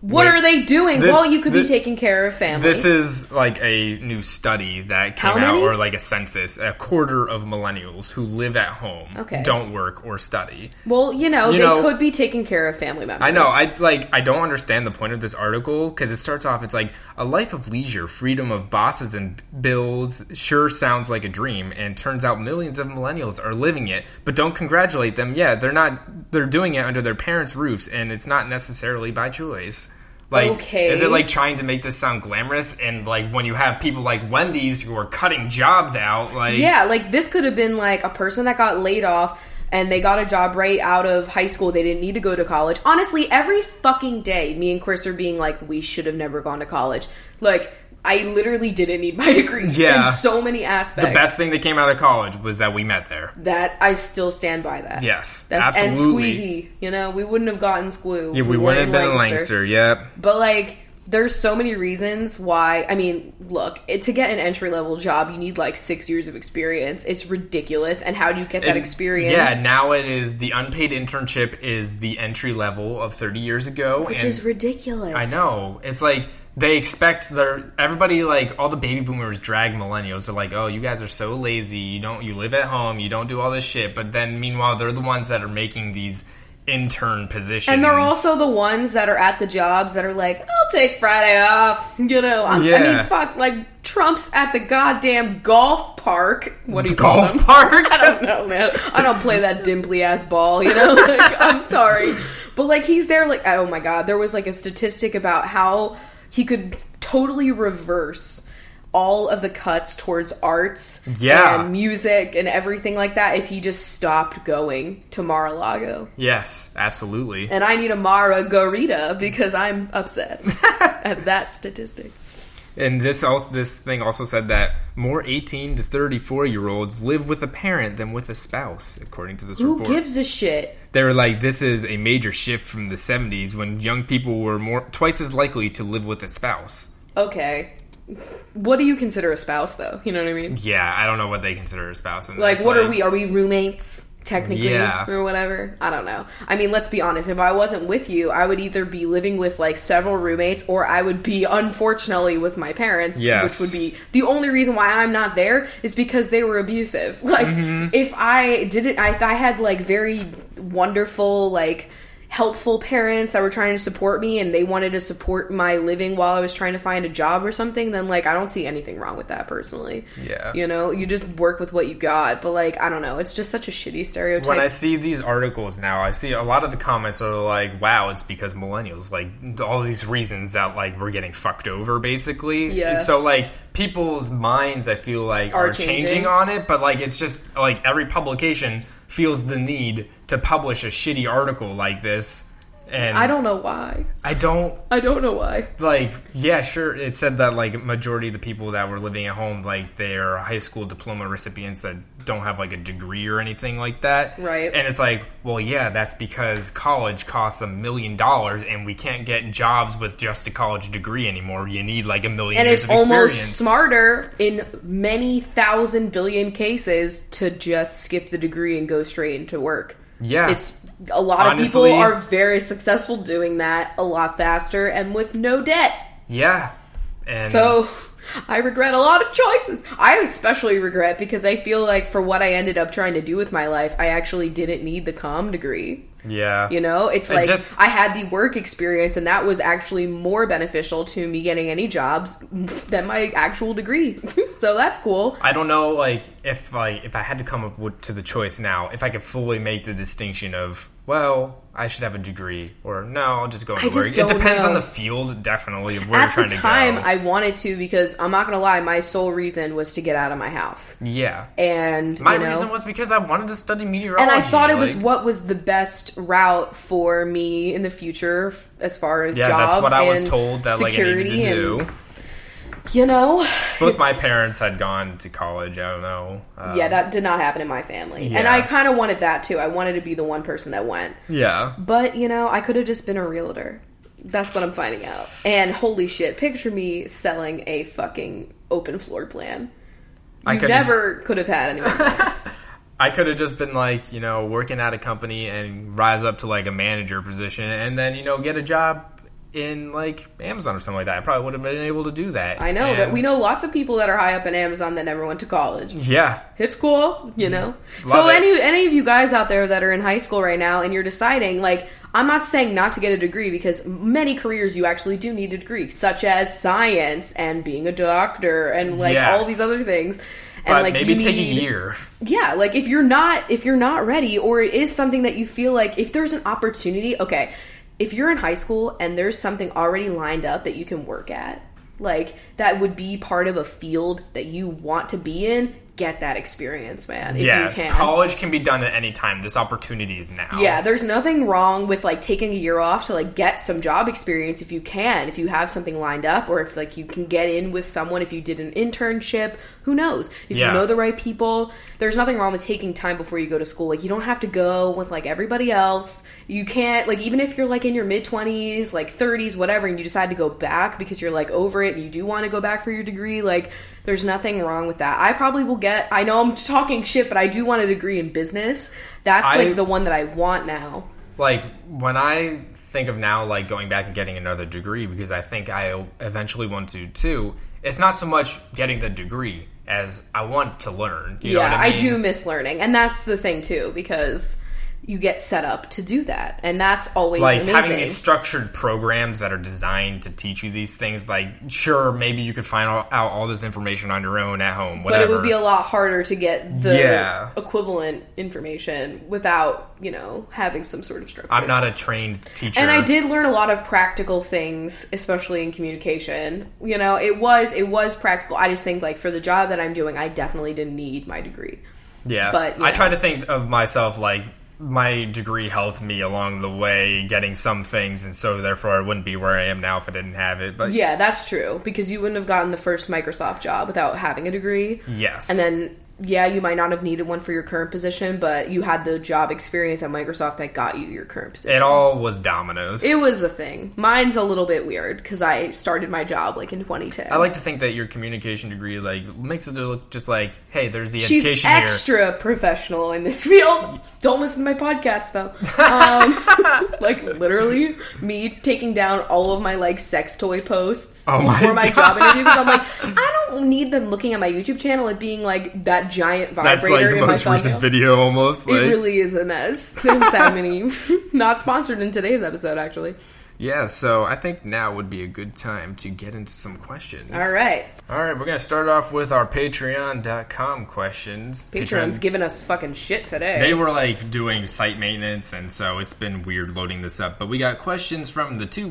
S1: What
S2: Wait,
S1: are they doing?
S2: this-
S1: well, you could
S2: this-
S1: be taking care of family.
S2: This is like a new study that
S1: How
S2: came out,
S1: many?
S2: or like a census. A quarter of millennials who live at home
S1: Okay.
S2: don't work or study.
S1: well, you know,
S2: You
S1: they
S2: know-
S1: could be taking care of family members.
S2: I know. I like. I don't understand the point of this article because it starts off. It's like a life of leisure, freedom of bosses and bills. Sure, sounds like a dream, and turns out millions of millennials are living it. But don't congratulate them. Yeah, they're not. They're doing it under their parents' roofs, and it's not necessarily by choice. Like,
S1: Okay.
S2: is it like trying to make this sound glamorous? And like when you have people like Wendy's who are cutting jobs out, like
S1: yeah, like this could have been like a person that got laid off and they got a job right out of high school. They didn't need to go to college. Honestly, every fucking day, me and Chris are being like, we should have never gone to college. Like, I literally didn't need my degree
S2: Yeah.
S1: in so many aspects.
S2: the best thing that came out of college was that we met there.
S1: that I still stand by that.
S2: Yes,
S1: That's, and
S2: absolutely.
S1: squeezy, you know, we wouldn't have gotten Squoo.
S2: Yeah,
S1: if
S2: we
S1: weren't
S2: wouldn't have been in Lancaster. Yep.
S1: But like, there's so many reasons why. I mean, look, it, to get an entry level job, you need like six years of experience. It's ridiculous. And how do you get that
S2: And-
S1: experience?
S2: Yeah, now it is the unpaid internship is the entry level of 30 years ago,
S1: which
S2: and
S1: is ridiculous.
S2: I know it's like they expect their everybody like all the baby boomers drag millennials. They're like, oh, you guys are so lazy. You don't you live at home. You don't do all this shit. But then meanwhile, they're the ones that are making these intern positions,
S1: And they're also the ones that are at the jobs that are like, I'll take Friday off. You know, I'm, I mean,
S2: Yeah.
S1: fuck, like Trump's at the goddamn golf park. What do you call
S2: golf
S1: them?
S2: park.
S1: I don't know, man. I don't play that dimply ass ball, you know? Like, I'm sorry. But, like, he's there, like, oh my god, there was, like, a statistic about how he could totally reverse all of the cuts towards arts
S2: Yeah.
S1: and music and everything like that if he just stopped going to Mar-a-Lago.
S2: Yes, absolutely.
S1: And I need a margarita because I'm upset at that statistic.
S2: And this also this thing also said that more 18 to 34 year olds live with a parent than with a spouse, according to this
S1: Who
S2: report.
S1: gives a shit?
S2: they were like, this is a major shift from the 70s when young people were more twice as likely to live with a spouse.
S1: Okay. What do you consider a spouse though? You know what I mean?
S2: Yeah, I don't know what they consider a spouse. in
S1: Like
S2: this,
S1: what are we? Are we roommates technically
S2: Yeah.
S1: or whatever? I don't know. I mean, let's be honest. If I wasn't with you, I would either be living with like several roommates or I would be unfortunately with my parents,
S2: Yes.
S1: which would be the only reason why I'm not there is because they were abusive. Like
S2: Mm-hmm.
S1: if I didn't I I had like very wonderful like helpful parents that were trying to support me and they wanted to support my living while I was trying to find a job or something, then like I don't see anything wrong with that personally.
S2: Yeah.
S1: You know, you just work with what you got, but like I don't know, it's just such a shitty stereotype.
S2: When I see these articles now, I see a lot of the comments are like, "Wow, it's because millennials." Like all these reasons that like we're getting fucked over, basically.
S1: Yeah.
S2: So like people's minds, I feel like,
S1: Are
S2: are, changing.
S1: changing.
S2: on it, but like it's just like every publication feels the need to publish a shitty article like this, and
S1: I don't know why.
S2: I don't
S1: I don't know why.
S2: like yeah sure it said that like majority of the people that were living at home like they're high school diploma recipients that don't have like a degree or anything like that
S1: Right.
S2: and it's like well yeah that's because college costs a million dollars and we can't get jobs with just a college degree anymore you need like a million
S1: And it's
S2: years of experience
S1: almost smarter in many thousand billion cases to just skip the degree and go straight into work.
S2: yeah
S1: It's a lot
S2: Honestly-
S1: of people are very successful doing that a lot faster and with no debt.
S2: yeah and
S1: So I regret a lot of choices. I especially regret because I feel like for what I ended up trying to do with my life, I actually didn't need the comm degree.
S2: yeah
S1: You know, it's like
S2: just-
S1: I had the work experience, and that was actually more beneficial to me getting any jobs than my actual degree. so that's cool.
S2: I don't know, like if like if I had to come up with, to the choice now, if I could fully make the distinction of well, I should have a degree, or no, I'll just go into
S1: just
S2: work.
S1: don't
S2: It depends
S1: know.
S2: on the field, definitely, of where
S1: At
S2: you're
S1: the time,
S2: trying to go.
S1: I wanted to because I'm not gonna lie, my sole reason was to get out of my house,
S2: yeah,
S1: and
S2: my
S1: you know,
S2: reason was because I wanted to study meteorology,
S1: and I thought it was
S2: like-
S1: what was the best route for me in the future f- as far as
S2: yeah,
S1: jobs.
S2: that's what I was
S1: and
S2: told that like I needed to
S1: security and,
S2: do.
S1: You know,
S2: Both my
S1: it's-
S2: parents had gone to college. I don't know. Uh,
S1: Yeah, that did not happen in my family, and
S2: Yeah.
S1: I kind of wanted that too. I wanted to be the one person that went.
S2: yeah,
S1: But, you know, I could have just been a realtor. That's what I'm finding out. And holy shit, picture me selling a fucking open floor plan.
S2: I
S1: You
S2: could
S1: never could have had anyone.
S2: I could have just been like, you know, working at a company and rise up to like a manager position and then, you know, get a job in like Amazon or something like that. I probably would have been able to do that.
S1: I know
S2: And-
S1: that we know lots of people that are high up in Amazon that never went to college.
S2: Yeah.
S1: It's cool, you know.
S2: Mm. Love
S1: so
S2: it.
S1: any any of you guys out there that are in high school right now and you're deciding like I'm not saying not to get a degree because many careers you actually do need a degree, such as science and being a doctor and like all
S2: Yes.
S1: these other things. And
S2: But
S1: like
S2: maybe
S1: you
S2: take
S1: need-
S2: a year.
S1: yeah like if you're not if you're not ready or it is something that you feel like if there's an opportunity okay if you're in high school and there's something already lined up that you can work at like that would be part of a field that you want to be in get that experience man if
S2: yeah.
S1: you can
S2: College can be done at any time. This opportunity is now.
S1: yeah there's nothing wrong with like taking a year off to like get some job experience if you can if you have something lined up or if like you can get in with someone if you did an internship who knows if you
S2: Yeah.
S1: know the right people there's nothing wrong with taking time before you go to school like you don't have to go with like everybody else you can't like even if you're like in your mid 20s like 30s whatever and you decide to go back because you're like over it and you do want to go back for your degree like there's nothing wrong with that. I probably will get. I know I'm talking shit, but I do want a degree in business. That's
S2: I-
S1: like the one that I want now.
S2: like when I think of now, like going back and getting another degree because I think I eventually want to too. It's not so much getting the degree as I want to learn. You know
S1: yeah,
S2: what
S1: I,
S2: I, mean?
S1: do miss learning, and that's the thing too because you get set up to do that, and that's always
S2: like
S1: amazing.
S2: having these structured programs that are designed to teach you these things like sure maybe you could find all- out all this information on your own at home
S1: but
S2: whatever
S1: it would be a lot harder to get the
S2: Yeah.
S1: equivalent information without you know having some sort of structure.
S2: i'm not a trained teacher
S1: And I did learn a lot of practical things, especially in communication. You know, it was it was practical. I just think like for the job that I'm doing, I definitely didn't need my degree.
S2: yeah
S1: but, you
S2: i
S1: know.
S2: try to think of myself like my degree helped me along the way getting some things and so therefore i wouldn't be where i am now if i didn't have it but
S1: Yeah, that's true because you wouldn't have gotten the first Microsoft job without having a degree.
S2: yes
S1: And then yeah, you might not have needed one for your current position, but you had the job experience at Microsoft that got you your current position.
S2: it all was dominoes
S1: It was a thing. Mine's a little bit weird because I started my job like in 2010.
S2: I like to think that your communication degree like makes it look just like, hey, there's the
S1: She's
S2: education here.
S1: extra professional in this field. Don't listen to my podcast though. Um, like literally, me taking down all of my like sex toy posts
S2: Oh my
S1: before my
S2: God.
S1: job interview because I'm like, I don't need them looking at my YouTube channel and being like that giant vibrator
S2: That's like
S1: in
S2: the most
S1: my
S2: recent
S1: thumbnail.
S2: video almost. Like,
S1: It really is a mess. There's that many. Not sponsored in today's episode, actually.
S2: yeah, so I think now would be a good time to get into some questions.
S1: All right,
S2: All right, we're going to start off with our Patreon.com questions.
S1: Patreon's
S2: Patreon-
S1: giving us fucking shit today.
S2: They were like doing site maintenance, and so it's been weird loading this up. But we got questions from the two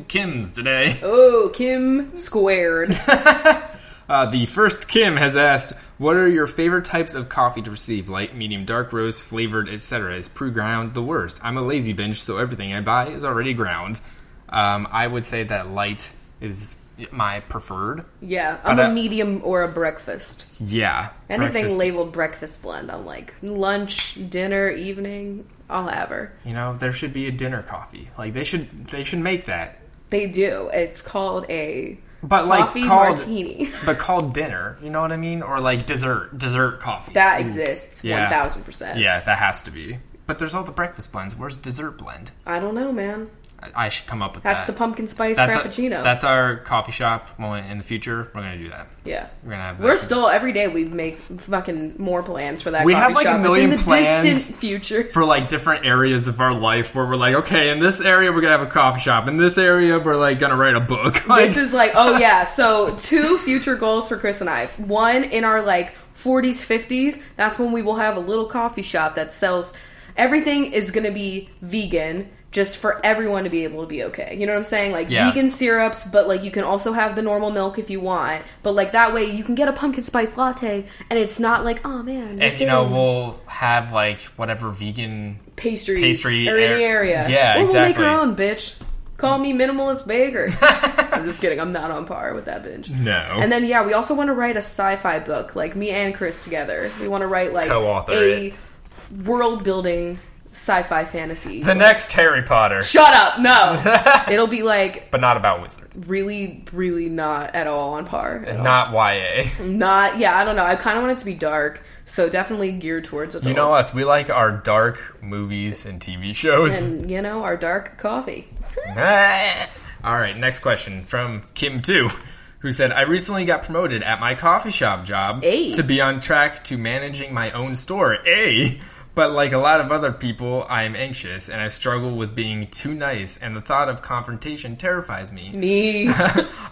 S2: Kims today.
S1: Oh, Kim squared.
S2: Uh, the first Kim has asked, "What are your favorite types of coffee to receive? Light, medium, dark roast, flavored, etc. Is pre-ground the worst? I'm a lazy binge, so everything I buy is already ground. Um, I would say that light is my preferred.
S1: Yeah, I'm
S2: But,
S1: a
S2: uh,
S1: medium or a breakfast.
S2: Yeah,
S1: Anything
S2: breakfast-
S1: labeled breakfast blend, I'm like lunch, dinner, evening, I'll have her.
S2: You know, there should be a dinner coffee. Like they should, they should make that,
S1: They do. It's called a
S2: but like
S1: coffee
S2: called,
S1: martini.
S2: but called dinner. You know what I mean? Or like dessert, dessert coffee
S1: That
S2: Ooh.
S1: exists
S2: Yeah.
S1: one thousand percent.
S2: Yeah, that has to be. But there's all the breakfast blends. Where's dessert blend?
S1: I don't know, man.
S2: I I should come up with
S1: That's
S2: that.
S1: the pumpkin spice
S2: Uh, That's
S1: frappuccino.
S2: Our, that's our coffee shop moment in the future. We're gonna do that.
S1: yeah.
S2: We're gonna have. That
S1: We're still every day we make fucking more plans for that.
S2: We
S1: coffee
S2: have, like, a
S1: shop. It's
S2: million
S1: in the
S2: plans.
S1: distant future.
S2: for like different areas of our life where we're like, okay, in this area we're gonna have a coffee shop. In this area we're like gonna write a book. Like,
S1: This is like, oh yeah. So two future goals for Chris and I. One in our like 40s, 50s. That's when we will have a little coffee shop that sells everything is going to be vegan. Just for everyone to be able to be okay. You know what I'm saying? Like
S2: Yeah.
S1: vegan syrups, but like you can also have the normal milk if you want. But like that way you can get a pumpkin spice latte and it's not like, oh man, there's
S2: and you know
S1: dairy
S2: we'll have like whatever vegan.
S1: pastries
S2: pastry
S1: are in the
S2: air-
S1: area.
S2: Yeah,
S1: or we'll make
S2: exactly.
S1: our own, bitch. Call me minimalist baker. I'm just kidding. I'm not on par with that bitch.
S2: No.
S1: And then yeah, we also want to write a sci-fi book, like me and Chris together. We want to write like
S2: Co-author
S1: a world-building sci-fi fantasy.
S2: the next Harry Potter,
S1: Shut up! No, it'll be like
S2: but not about wizards.
S1: really, really not at all on par. At all.
S2: Not YA.
S1: Not yeah. I don't know. I kind of want it to be dark, so definitely geared towards adults.
S2: You know us. We like our dark movies and TV shows.
S1: and you know our dark coffee.
S2: All right, next question from Kim Two, who said, "I recently got promoted at my coffee shop job
S1: Hey.
S2: to be on track to managing my own store. A, but like a lot of other people, I am anxious and I struggle with being too nice, and the thought of confrontation terrifies me.
S1: Me.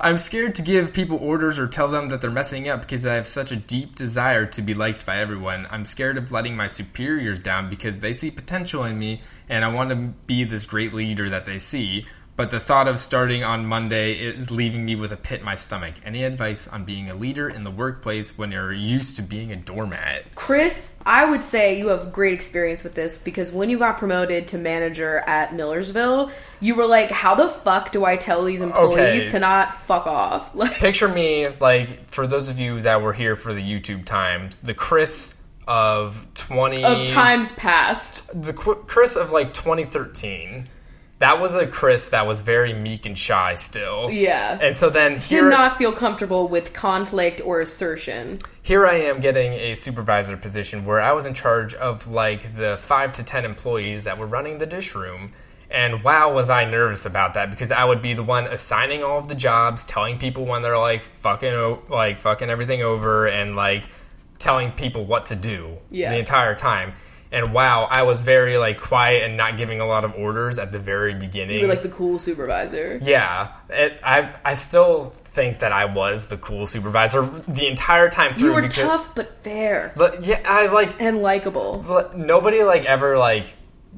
S2: I'm scared to give people orders or tell them that they're messing up because I have such a deep desire to be liked by everyone. I'm scared of letting my superiors down because they see potential in me and I want to be this great leader that they see. But the thought of starting on Monday is leaving me with a pit in my stomach. Any advice on being a leader in the workplace when you're used to being a doormat?
S1: Chris, I would say you have great experience with this because when you got promoted to manager at Millersville, you were like, "How the fuck do I tell these employees
S2: Okay.
S1: to not fuck off?" Like,
S2: Picture me, like, for those of you that were here for the YouTube times, the Chris of 20.
S1: of times past,
S2: the Qu- Chris of like 2013, that was a Chris that was very meek and shy still.
S1: Yeah.
S2: And so then
S1: did
S2: here,
S1: not feel comfortable with conflict or assertion.
S2: here I am getting a supervisor position where I was in charge of like the five to 10 employees that were running the dish room. And wow, was I nervous about that because I would be the one assigning all of the jobs, telling people when they're like fucking, o- like fucking everything over and like telling people what to do
S1: Yeah.
S2: the entire time. And wow, I was very like quiet and not giving a lot of orders at the very beginning.
S1: You were like the cool supervisor.
S2: yeah, it, I I still think that I was the cool supervisor the entire time through.
S1: You were
S2: because,
S1: tough but fair
S2: But, yeah, I like
S1: and likable.
S2: like, nobody like ever like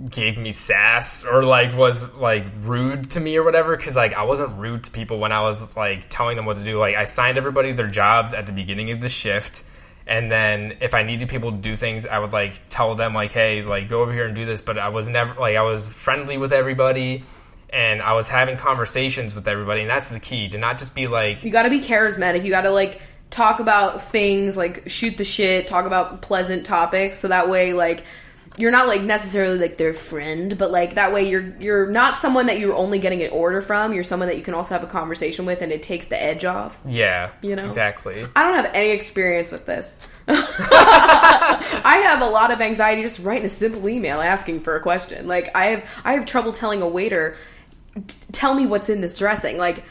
S2: gave me sass or like was like rude to me or whatever because like i wasn't rude to people when i was like telling them what to do like i signed everybody their jobs at the beginning of the shift and then if i needed people to do things i would like tell them like hey like go over here and do this but i was never like i was friendly with everybody and i was having conversations with everybody and that's the key to not just be like
S1: You gotta be charismatic. You gotta like talk about things, like shoot the shit, talk about pleasant topics, so that way like you're not like necessarily like their friend, but like that way you're you're not someone that you're only getting an order from. You're someone that you can also have a conversation with, and it takes the edge off.
S2: yeah
S1: You know?
S2: exactly
S1: I don't have any experience with this. I have a lot of anxiety just writing a simple email asking for a question. Like I have I have trouble telling a waiter tell me what's in this dressing. Like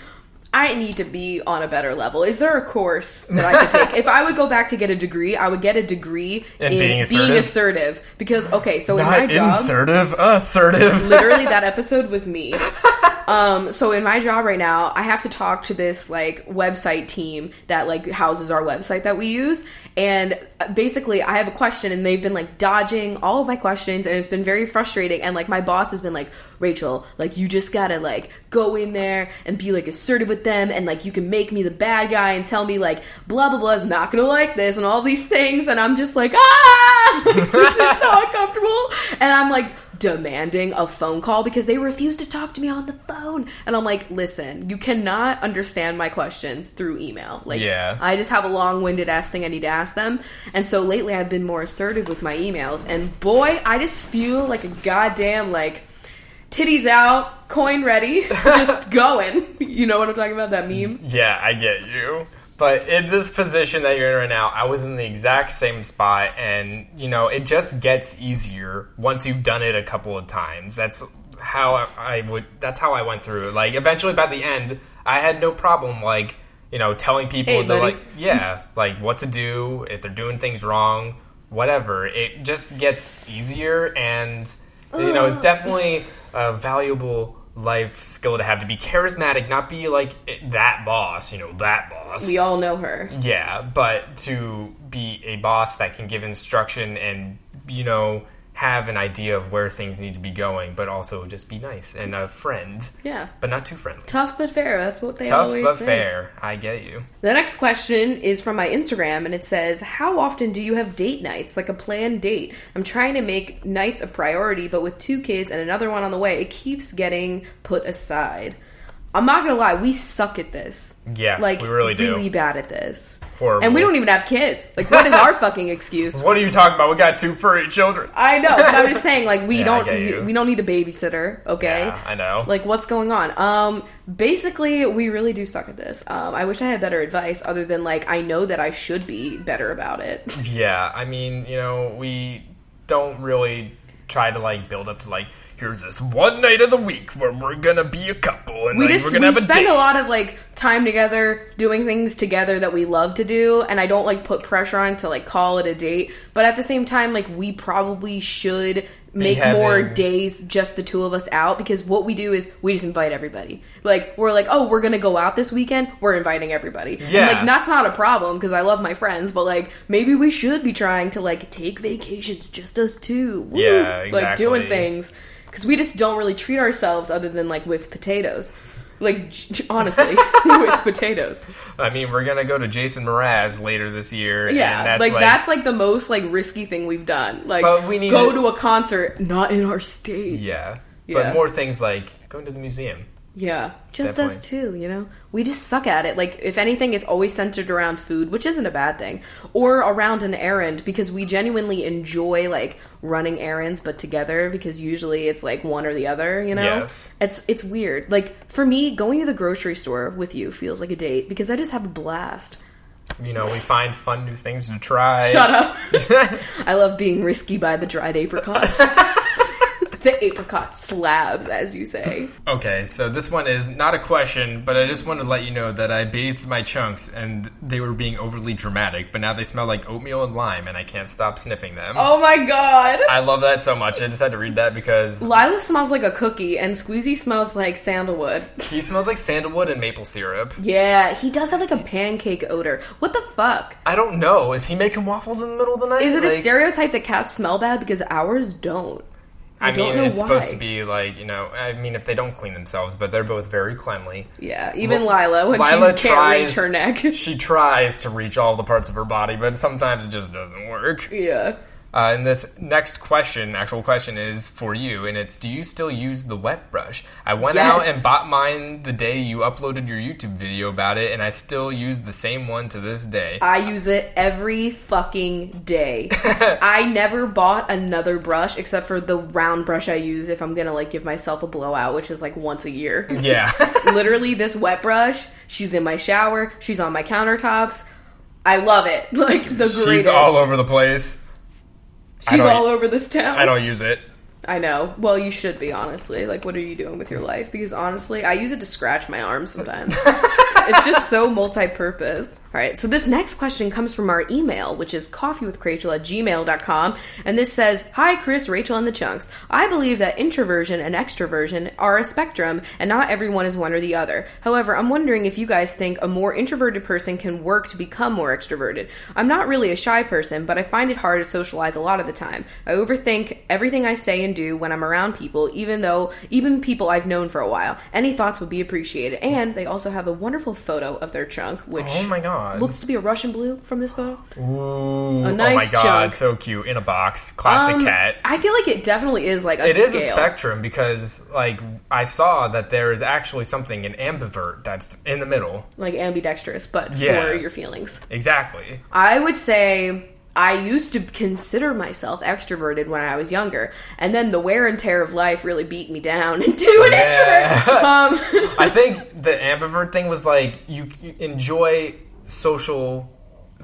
S1: I need to be on a better level. Is there a course that I could take? if I would go back to get a degree, I would get a degree
S2: In
S1: in
S2: being
S1: being assertive.
S2: assertive?
S1: because okay, so in my
S2: not
S1: job
S2: assertive assertive
S1: literally that episode was me um so in my job right now i have to talk to this like website team that like houses our website that we use and uh, basically i have a question and they've been like dodging all of my questions and it's been very frustrating and like my boss has been like rachel like you just gotta like go in there and be like assertive with them and like you can make me the bad guy and tell me like blah blah blah is not gonna like this and all these things and i'm just like ah like, this is so uncomfortable and i'm like demanding a phone call because they refuse to talk to me on the phone. And I'm like, listen, you cannot understand my questions through email. Like,
S2: Yeah.
S1: I just have a long winded ass thing I need to ask them. And so lately I've been more assertive with my emails. And boy, I just feel like a goddamn, like, titties out, coin ready, just going. You know what I'm talking about? That meme?
S2: Yeah, I get you. But in this position that you're in right now, I was in the exact same spot, and you know, it just gets easier once you've done it a couple of times. That's how I- I would. That's how I went through. it. Like, eventually, by the end, I had no problem. Like, you know, telling people
S1: Hey,
S2: to
S1: buddy.
S2: like, yeah, like what to do if they're doing things wrong, whatever. It just gets easier, and you know, it's definitely a valuable life skill to have to be charismatic, not be like it- that boss, you know, that boss.
S1: We all know her.
S2: Yeah, but to be a boss that can give instruction and, you know, have an idea of where things need to be going, but also just be nice and a friend,
S1: Yeah.
S2: but not too friendly.
S1: Tough but fair. That's what they
S2: Tough
S1: always
S2: but
S1: say.
S2: fair. I get you.
S1: The next question is from my Instagram and it says, How often do you have date nights, like a planned date? I'm trying to make nights a priority, but with two kids and another one on the way, it keeps getting put aside. I'm not gonna lie, we suck at this.
S2: Yeah,
S1: Like
S2: we really do.
S1: Really bad at this.
S2: Horrible.
S1: And we don't even have kids. Like, what is our fucking excuse?
S2: What are you talking about? We got two furry children.
S1: I know, but I'm just saying, like, we
S2: Yeah, I
S1: don't
S2: get you.
S1: we don't need a babysitter, okay?
S2: Yeah, I know.
S1: like what's going on um basically we really do suck at this um i wish i had better advice other than like i know that i should be better about it
S2: Yeah, I mean, you know, we don't really try to like build up to like here's this one night of the week where we're gonna be a couple and
S1: we
S2: like,
S1: just
S2: we're
S1: we
S2: gonna have a
S1: spend
S2: date.
S1: a lot of like time together doing things together that we love to do and i don't like put pressure on to like call it a date but at the same time like we probably should make more
S2: having-
S1: days just the two of us out because what we do is we just invite everybody like we're like oh we're gonna go out this weekend we're inviting everybody And,
S2: Yeah.
S1: like that's not a problem because i love my friends but like maybe we should be trying to like take vacations just us two Woo.
S2: Yeah,
S1: like doing
S2: exactly.
S1: things because we just don't really treat ourselves other than like with potatoes like j- j- honestly with potatoes
S2: I mean, we're gonna go to Jason Mraz later this year.
S1: yeah
S2: and that's,
S1: like, that's like the most like risky thing we've done like
S2: But we need
S1: go
S2: to-
S1: to a concert not in our state
S2: yeah.
S1: Yeah.
S2: But more things like going to the museum.
S1: Yeah, just us too, you know? We just suck at it. Like, if anything, it's always centered around food, which isn't a bad thing, or around an errand because we genuinely enjoy, like, running errands but together because usually it's like one or the other, you know?
S2: Yes.
S1: It's, it's weird. Like, for me, going to the grocery store with you feels like a date because I just have a blast.
S2: You know, we find fun new things to try.
S1: Shut up. I love being risky by the dried apricots. the apricot slabs, as you say.
S2: Okay, so this one is not a question, but I just wanted to let you know that I bathed my chunks and they were being overly dramatic, but now they smell like oatmeal and lime and I can't stop sniffing them.
S1: Oh my god.
S2: I love that so much. I just had to read that because
S1: Lila smells like a cookie, and Squeezy smells like sandalwood.
S2: he smells like sandalwood and maple syrup.
S1: Yeah, he does have like a pancake odor. What the fuck?
S2: I don't know. Is he making waffles in the middle of the night?
S1: Is it a
S2: Like,
S1: stereotype that cats smell bad? Because ours don't.
S2: I,
S1: don't
S2: mean,
S1: know
S2: it's supposed
S1: why.
S2: to be like, you know, I mean, if they don't clean themselves, but they're both very cleanly.
S1: Yeah, even Lila when
S2: Lila
S1: she can't
S2: tries,
S1: reach her neck.
S2: she tries to reach all the parts of her body, but sometimes it just doesn't work.
S1: yeah.
S2: Uh, and this next question, actual question, is for you, and it's: Do you still use the wet brush? I went out
S1: Yes.
S2: and bought mine the day you uploaded your YouTube video about it, and I still use the same one to this day.
S1: I use it every fucking day. I never bought another brush except for the round brush I use if I'm gonna like give myself a blowout, which is like once a year.
S2: yeah,
S1: Literally, this wet brush, she's in my shower, she's on my countertops. I love it. Like the greatest.
S2: she's all over the place. I
S1: She's
S2: don't- e-
S1: all over this town.
S2: I don't use it.
S1: I know. Well, you should be honestly. Like, what are you doing with your life? Because honestly, I use it to scratch my arm sometimes. it's just so multi-purpose. All right. So this next question comes from our email, which is coffeewithcrachel at gmail.com. and this says, "Hi, Chris, Rachel, and the Chunks. I believe that introversion and extroversion are a spectrum, and not everyone is one or the other. However, I'm wondering if you guys think a more introverted person can work to become more extroverted. I'm not really a shy person, but I find it hard to socialize a lot of the time. I overthink everything I say and do when I'm around people, even though even people I've known for a while. Any thoughts would be appreciated. And they also have a wonderful photo of their chunk, which
S2: Oh my god!
S1: looks to be a Russian blue from this photo.
S2: Ooh,
S1: nice
S2: oh my god,
S1: jug.
S2: so cute in a box, classic
S1: Um,
S2: cat.
S1: I feel like it definitely is like a
S2: It is a
S1: scale.
S2: spectrum because, like, I saw that there is actually something an ambivert that's in the middle.
S1: like ambidextrous, but
S2: Yeah.
S1: for your feelings.
S2: Exactly.
S1: I would say I used to consider myself extroverted when I was younger, and then the wear and tear of life really beat me down into an
S2: Yeah.
S1: introvert. Um,
S2: I think the ambivert thing was like you, you enjoy social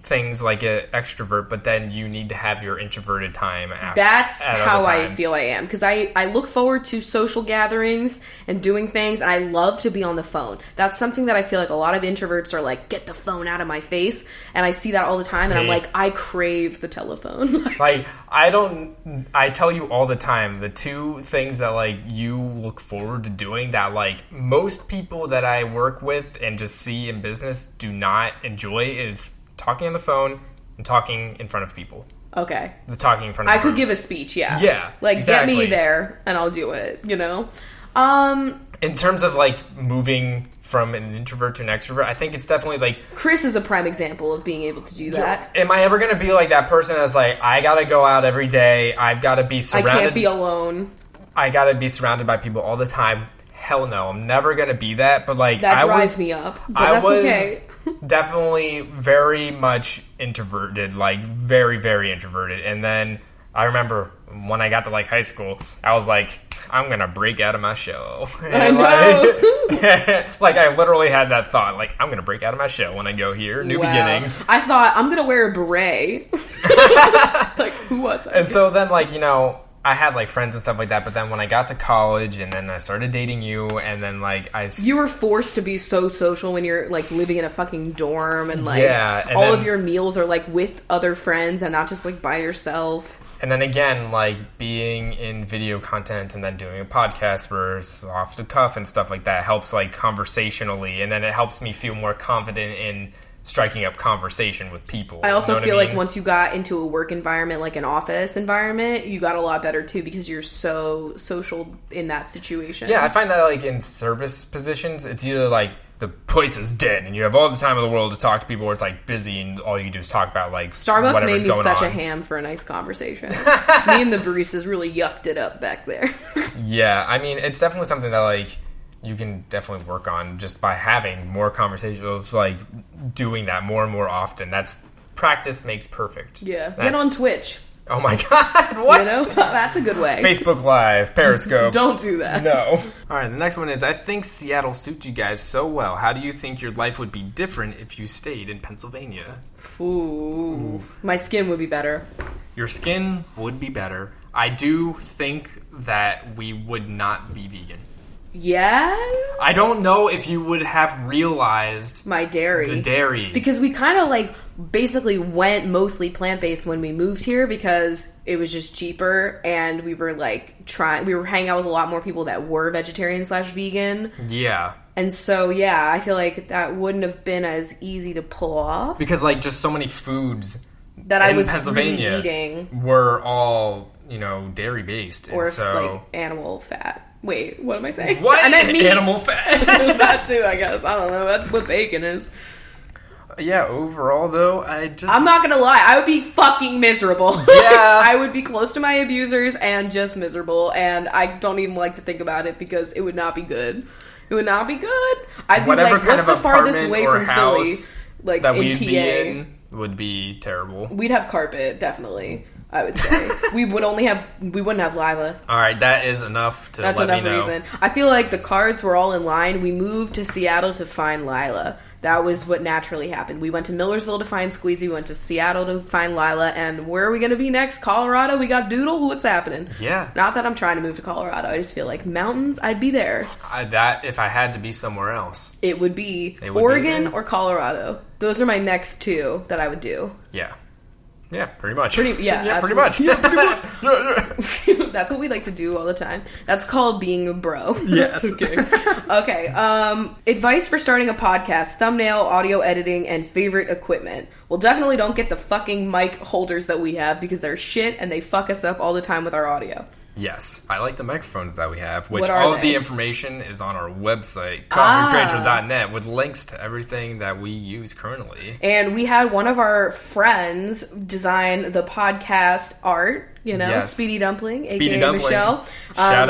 S2: things like an extrovert, but then you need to have your introverted time. After,
S1: that's
S2: at other
S1: how I
S2: times.
S1: feel I am because I I look forward to social gatherings and doing things, and I love to be on the phone. That's something that I feel like a lot of introverts are like, get the phone out of my face, and I see that all the time, and I'm
S2: Me.
S1: like, I crave the telephone. Like,
S2: Like I don't, I tell you all the time the two things that like you look forward to doing that like most people that I work with and just see in business do not enjoy is talking on the phone and talking in front of people.
S1: okay,
S2: The talking in front of
S1: I could
S2: group.
S1: give a speech, yeah,
S2: Yeah,
S1: Like, get
S2: exactly.
S1: me there, and I'll do it. You know. Um,
S2: in terms of like moving from an introvert to an extrovert. I think it's definitely like
S1: Chris is a prime example of being able to do that.
S2: Am I ever going to be like that person that's like, I gotta go out every day. I've got to be
S1: I
S2: surrounded.
S1: can't be alone.
S2: I gotta be surrounded by people all the time. Hell no, I'm never gonna be that. But like,
S1: That
S2: I
S1: drives
S2: was,
S1: me up. But
S2: I
S1: that's
S2: was
S1: okay.
S2: definitely very much introverted, like very, very introverted. And then I remember when I got to like high school, I was like, I'm gonna break out of my shell. And, Like, like, I literally had that thought, like I'm gonna break out of my shell when I go here, new
S1: Wow.
S2: beginnings.
S1: I thought I'm gonna wear a beret. like who was I?
S2: And so then, like, you know, I had like friends and stuff like that. But then when I got to college, and then I started dating you, and then like I, s-
S1: you were forced to be so social when you're like living in a fucking dorm and like
S2: Yeah, and
S1: all
S2: then-
S1: of your meals are like with other friends and not just like by yourself.
S2: and then again, like being in video content and then doing a podcast where it's off the cuff and stuff like that helps like conversationally, and then it helps me feel more confident in striking up conversation with people.
S1: I also feel like
S2: once.
S1: once you got into a work environment, like an office environment, you got a lot better too because you're so social in that situation.
S2: Yeah, I find that like in service positions, it's either like the place is dead and you have all the time in the world to talk to people, or it's like busy and all you do is talk about like
S1: Starbucks made
S2: whatever's
S1: me
S2: going
S1: such
S2: on.
S1: a ham for a nice conversation. me and the baristas really yucked it up back there.
S2: Yeah, I mean, it's definitely something that like you can definitely work on just by having more conversations, like doing that more and more often. That's practice makes perfect.
S1: yeah. Get
S2: That's-
S1: on Twitch.
S2: Oh my god, what?
S1: You know? That's a good way.
S2: Facebook Live, Periscope.
S1: Don't do that.
S2: No. All right, the next one is I think Seattle suits you guys so well. How do you think your life would be different if you stayed in Pennsylvania?
S1: Ooh. My skin would be better.
S2: Your skin would be better. I do think that we would not be vegan.
S1: Yeah,
S2: I don't know if you would have realized
S1: my dairy.
S2: the dairy.
S1: because we kind of like basically went mostly plant based when we moved here because it was just cheaper and we were like trying we were hanging out with a lot more people that were vegetarian slash vegan
S2: yeah.
S1: and so yeah I feel like that wouldn't have been as easy to pull off
S2: Because like just so many foods
S1: that I
S2: in
S1: was really
S2: Pennsylvania
S1: eating
S2: were all, you know, dairy based.
S1: or
S2: and so
S1: like animal fat. Wait, what am I saying?
S2: what
S1: I meant meat.
S2: animal fat?
S1: that too, I guess. I don't know. That's what bacon is.
S2: yeah, overall though, I just
S1: I'm not gonna lie, I would be fucking miserable.
S2: Yeah.
S1: I would be close to my abusers and just miserable, and I don't even like to think about it because it would not be good. It would not be good. I'd be
S2: Whatever
S1: like,
S2: kind
S1: what's
S2: of
S1: the farthest
S2: apartment
S1: way
S2: or
S1: from Philly?
S2: house
S1: Like
S2: that
S1: in
S2: we'd
S1: PA.
S2: be in would be terrible.
S1: We'd have carpet, definitely. I would say. we would only have we wouldn't have lava.
S2: All right, that is enough to
S1: That's
S2: let
S1: enough
S2: me know.
S1: reason. I feel like the cards were all in line. We moved to Seattle to find Lila. That was what naturally happened. We went to Millersville to find Squeezy. We went to Seattle to find Lila. And where are we going to be next? Colorado? We got Doodle? What's happening?
S2: Yeah.
S1: Not that I'm trying to move to Colorado. I just feel like mountains, I'd be there.
S2: I, that if I had to be somewhere else.
S1: It would be
S2: It would be
S1: Oregon
S2: there.
S1: or Colorado. Those are my next two that I would do.
S2: Yeah. Yeah, pretty much.
S1: Pretty- yeah,
S2: yeah, pretty
S1: absolutely.
S2: much. Yeah, pretty much. Yeah, yeah.
S1: That's what we like to do all the time. That's called being a bro.
S2: Yes.
S1: Just kidding. okay. Um, advice for starting a podcast: thumbnail, audio editing, and favorite equipment. Well, definitely don't get the fucking mic holders that we have because they're shit and they fuck us up all the time with our audio.
S2: Yes, I like the microphones that we have, which
S1: What are
S2: all of
S1: they?
S2: the information is on our website,
S1: Ah.
S2: coffeecreature.net, with links to everything that we use currently.
S1: And we had one of our friends design the podcast art. You know,
S2: Yes.
S1: Speedy Dumpling,
S2: Speedy
S1: aka
S2: Dumpling.
S1: Michelle.
S2: Shout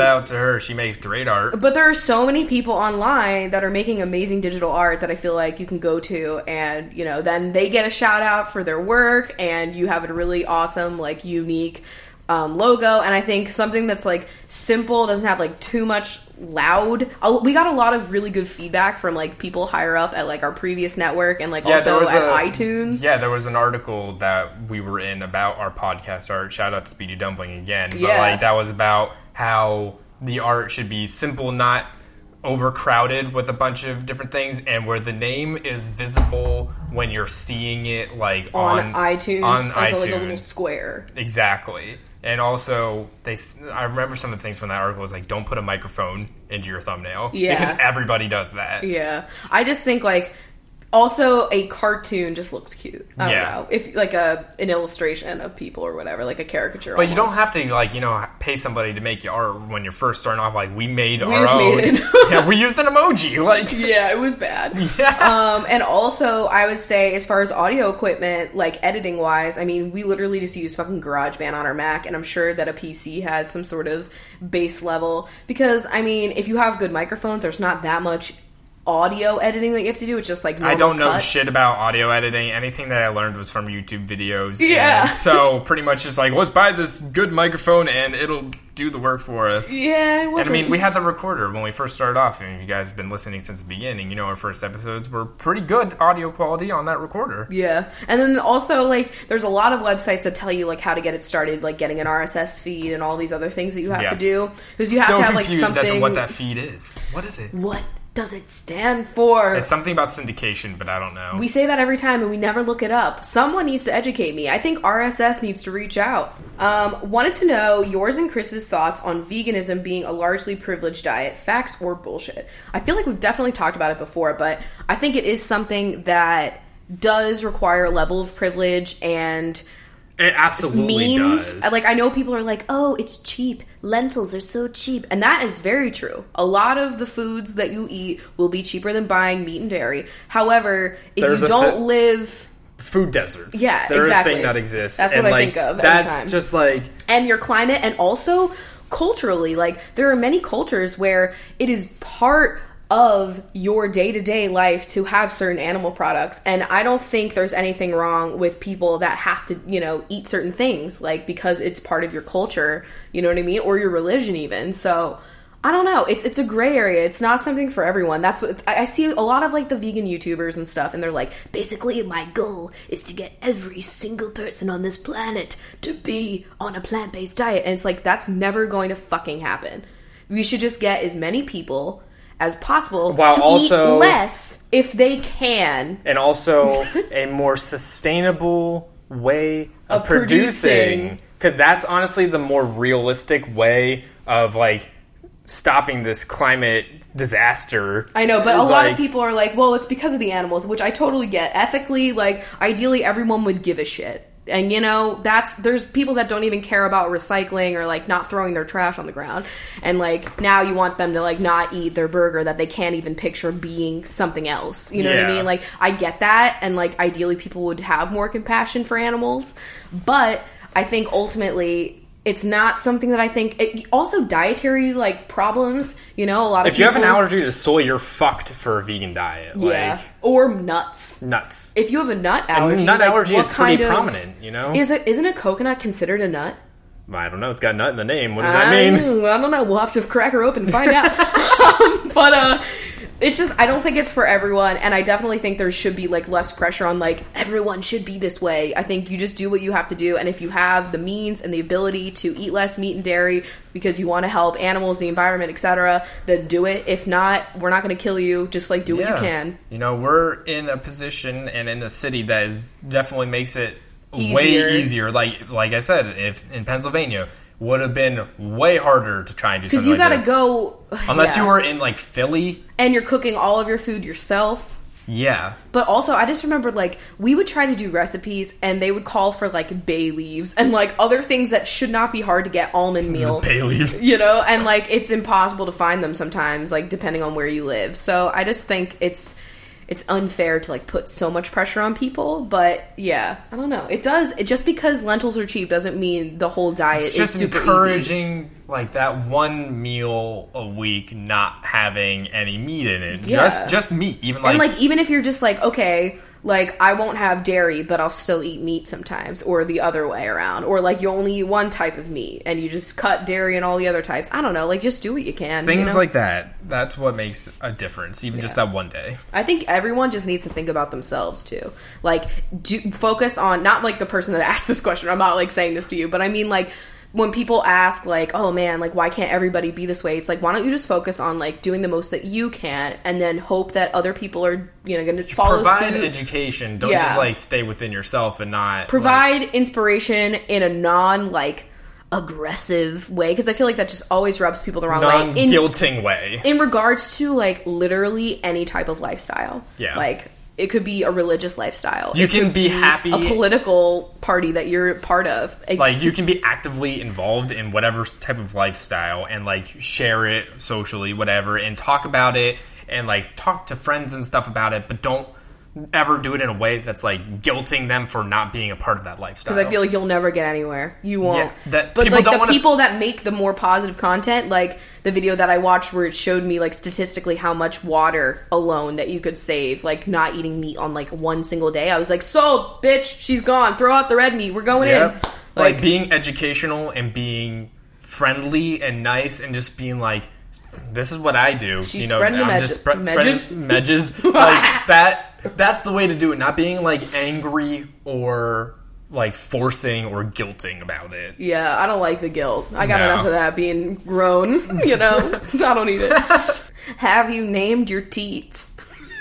S1: Um,
S2: out to her. She makes great art.
S1: But there are so many people online that are making amazing digital art that I feel like you can go to and, you know, then they get a shout out for their work and you have a really awesome, like, unique um, logo. And I think something that's, like, simple, doesn't have, like, too much loud. A- We got a lot of really good feedback from, like, people higher up at, like, our previous network and, like, also at iTunes.
S2: Yeah, there was an article that we were in about our podcast art. Shout out to Speedy Dumpling again. But
S1: Yeah.
S2: like that was about how the art should be simple, not overcrowded with a bunch of different things, and where the name is visible when you're seeing it like
S1: On,
S2: on,
S1: iTunes
S2: On
S1: as
S2: iTunes.
S1: like a little square.
S2: Exactly. And also, they. s- I remember some of the things from that article was like, don't put a microphone into your thumbnail.
S1: Yeah.
S2: Because everybody does that.
S1: Yeah. I just think like also a cartoon just looks cute. I don't
S2: Yeah.
S1: know. If like a an illustration of people or whatever, like a caricature.
S2: But you don't have to like you know pay somebody to make your art when you're first starting off. Like we made our
S1: just
S2: own.
S1: made it.
S2: yeah, we used an emoji. Like
S1: Yeah, it was bad.
S2: yeah,
S1: Um, and also, I would say, as far as audio equipment, like editing wise, I mean, we literally just use fucking GarageBand on our Mac, and I'm sure that a PC has some sort of base level. Because, I mean, if you have good microphones, there's not that much audio editing that you have to do. It's just like
S2: I don't know
S1: Um, cuts.
S2: shit about audio editing. Anything that I learned was from YouTube videos.
S1: Yeah.
S2: And so pretty much just like let's buy this good microphone and it'll do the work for us.
S1: Yeah, it
S2: And I
S1: wasn't.
S2: mean, we had the recorder when we first started off, and if you guys have been listening since the beginning, you know our first episodes were pretty good audio quality on that recorder.
S1: Yeah. And then also like there's a lot of websites that tell you like how to get it started, like getting an RSS feed and all these other things that you have to
S2: Yes.
S1: do. Because you have
S2: Still
S1: to have like
S2: confused
S1: something
S2: at the, what that feed is. What is it?
S1: What does it stand for?
S2: It's something about syndication, but I don't know.
S1: we say that every time and we never look it up. Someone needs to educate me. I think RSS needs to reach out. Um, wanted to know yours and Chris's thoughts on veganism being a largely privileged diet, facts or bullshit. I feel like we've definitely talked about it before, but I think it is something that does require a level of privilege and
S2: it absolutely
S1: means
S2: does.
S1: like i know people are like oh it's cheap lentils are so cheap and that is very true a lot of the foods that you eat will be cheaper than buying meat and dairy however if
S2: There's
S1: you
S2: a
S1: don't
S2: fi-
S1: live
S2: food deserts.
S1: Yeah,
S2: They're
S1: exactly.
S2: a thing that exists.
S1: That's what
S2: and,
S1: I
S2: like,
S1: think of every
S2: That's
S1: time.
S2: just like
S1: and your climate and also culturally like there are many cultures where it is part of your day-to-day life to have certain animal products and i don't think there's anything wrong with people that have to you know eat certain things like because it's part of your culture you know what i mean or your religion even so I don't know. It's it's a gray area. It's not something for everyone. That's what I, I see a lot of like the vegan YouTubers and stuff, and they're like,
S3: Basically, my goal is to get every single person on this planet to be on a plant based
S1: plant-based diet and it's like that's never going to fucking happen we should just get as many people as possible
S2: While
S1: to
S2: also-
S1: eat less if they can
S2: and also a more sustainable way of,
S1: Of
S2: producing
S1: producing.
S2: because that's honestly the more realistic way of like stopping this climate disaster
S1: I know, but a
S2: Is
S1: lot
S2: like-
S1: of people are like, well, it's because of the animals, which I totally get. Ethically, like, ideally, everyone would give a shit. And, you know, that's, there's people that don't even care about recycling or, like, not throwing their trash on the ground. And, like, now you want them to, like, not eat their burger that they can't even picture being something else. You know what
S2: Yeah.
S1: I mean? Like, I get that. And, like, ideally, people would have more compassion for animals. But I think ultimately, it's not something that I think. It, also, dietary like problems. You know, a lot of
S2: if you have an
S1: people-
S2: allergy to soy you're fucked for a vegan diet like
S1: yeah, or nuts.
S2: nuts
S1: If you have a nut allergy,
S2: nut
S1: like,
S2: allergy
S1: what
S2: is pretty
S1: kind of-
S2: prominent you know
S1: Is it isn't a coconut considered a nut?
S2: i don't know it's got nut in the name what does that mean
S1: I, I don't know. We'll have to crack her open and find out. Um, but uh, it's just I don't think it's for everyone, and I definitely think there should be like less pressure on like everyone should be this way. I think you just do what you have to do, and if you have the means and the ability to eat less meat and dairy because you want to help animals, the environment, etc., then do it. If not, we're not going to kill you. Just like do what you can.
S2: You know, we're in a position and in a city that is definitely makes it
S1: Easier.
S2: way easier. Like like I said, if in Pennsylvania would have been way harder to try and do
S1: Because you
S2: something like
S1: gotta
S2: this.
S1: go
S2: Unless
S1: yeah.
S2: you were in like Philly,
S1: and you're cooking all of your food yourself.
S2: yeah.
S1: But also, I just remember like we would try to do recipes, and they would call for like bay leaves and like other things that should not be hard to get almond meal.
S2: Bailey's.
S1: You know, and like it's impossible to find them sometimes, like depending on where you live. So I just think it's it's unfair to like put so much pressure on people. But yeah, I don't know. It does it just because lentils are cheap doesn't mean the whole diet
S2: It's
S1: is
S2: just
S1: super easy.
S2: encouraging like that one meal a week not having any meat in it.
S1: Yeah.
S2: Just just meat. Even like,
S1: and like even if you're just like okay like i won't have dairy but i'll still eat meat sometimes or the other way around or like you only eat one type of meat and you just cut dairy and all the other types i don't know like just do what you can you
S2: things
S1: know?
S2: like that. That's what makes a difference, even just that one day.
S1: i think everyone just needs to think about themselves too like do focus on not like the person that asked this question i'm not like saying this to you but i mean like when people ask like oh man like why can't everybody be this way it's like why don't you just focus on like doing the most that you can and then hope that other people are you know gonna follow
S2: provide
S1: suit
S2: education. Don't
S1: Yeah.
S2: just like stay within yourself and not like-
S1: provide inspiration in a non like aggressive way because I feel like that just always rubs people the wrong way. In
S2: non-guilting way.
S1: in regards to like literally any type of lifestyle,
S2: Yeah.
S1: like it could be a religious lifestyle,
S2: You
S1: It
S2: can
S1: could
S2: be happy-
S1: a political party that you're part of. Like,
S2: Like you can be actively involved in whatever type of lifestyle and like share it socially, whatever, and talk about it and like talk to friends and stuff about it, but don't ever do it in a way that's like guilting them for not being a part of that lifestyle.
S1: because I feel like you'll never get anywhere. You won't.
S2: Yeah, that-
S1: but
S2: people
S1: like
S2: don't
S1: the
S2: wanna-
S1: people that make the more positive content, like the video that I watched where it showed me like statistically how much water alone that you could save, like not eating meat on like one single day. I was like, sold, bitch. She's gone. Throw out the red meat. We're going
S2: Yep.
S1: in.
S2: Like,
S1: Like,
S2: being educational and being friendly and nice and just being like, this is what I do.
S1: She's
S2: you know,
S1: spreading the
S2: I'm
S1: medge-
S2: just spre-
S1: medges?
S2: spreading medges. like that. That's the way to do it. Not being like angry or like forcing or guilting about it.
S1: yeah, I don't like the guilt. I got
S2: No.
S1: enough of that being grown. You know, I don't need it. Have you named your teats?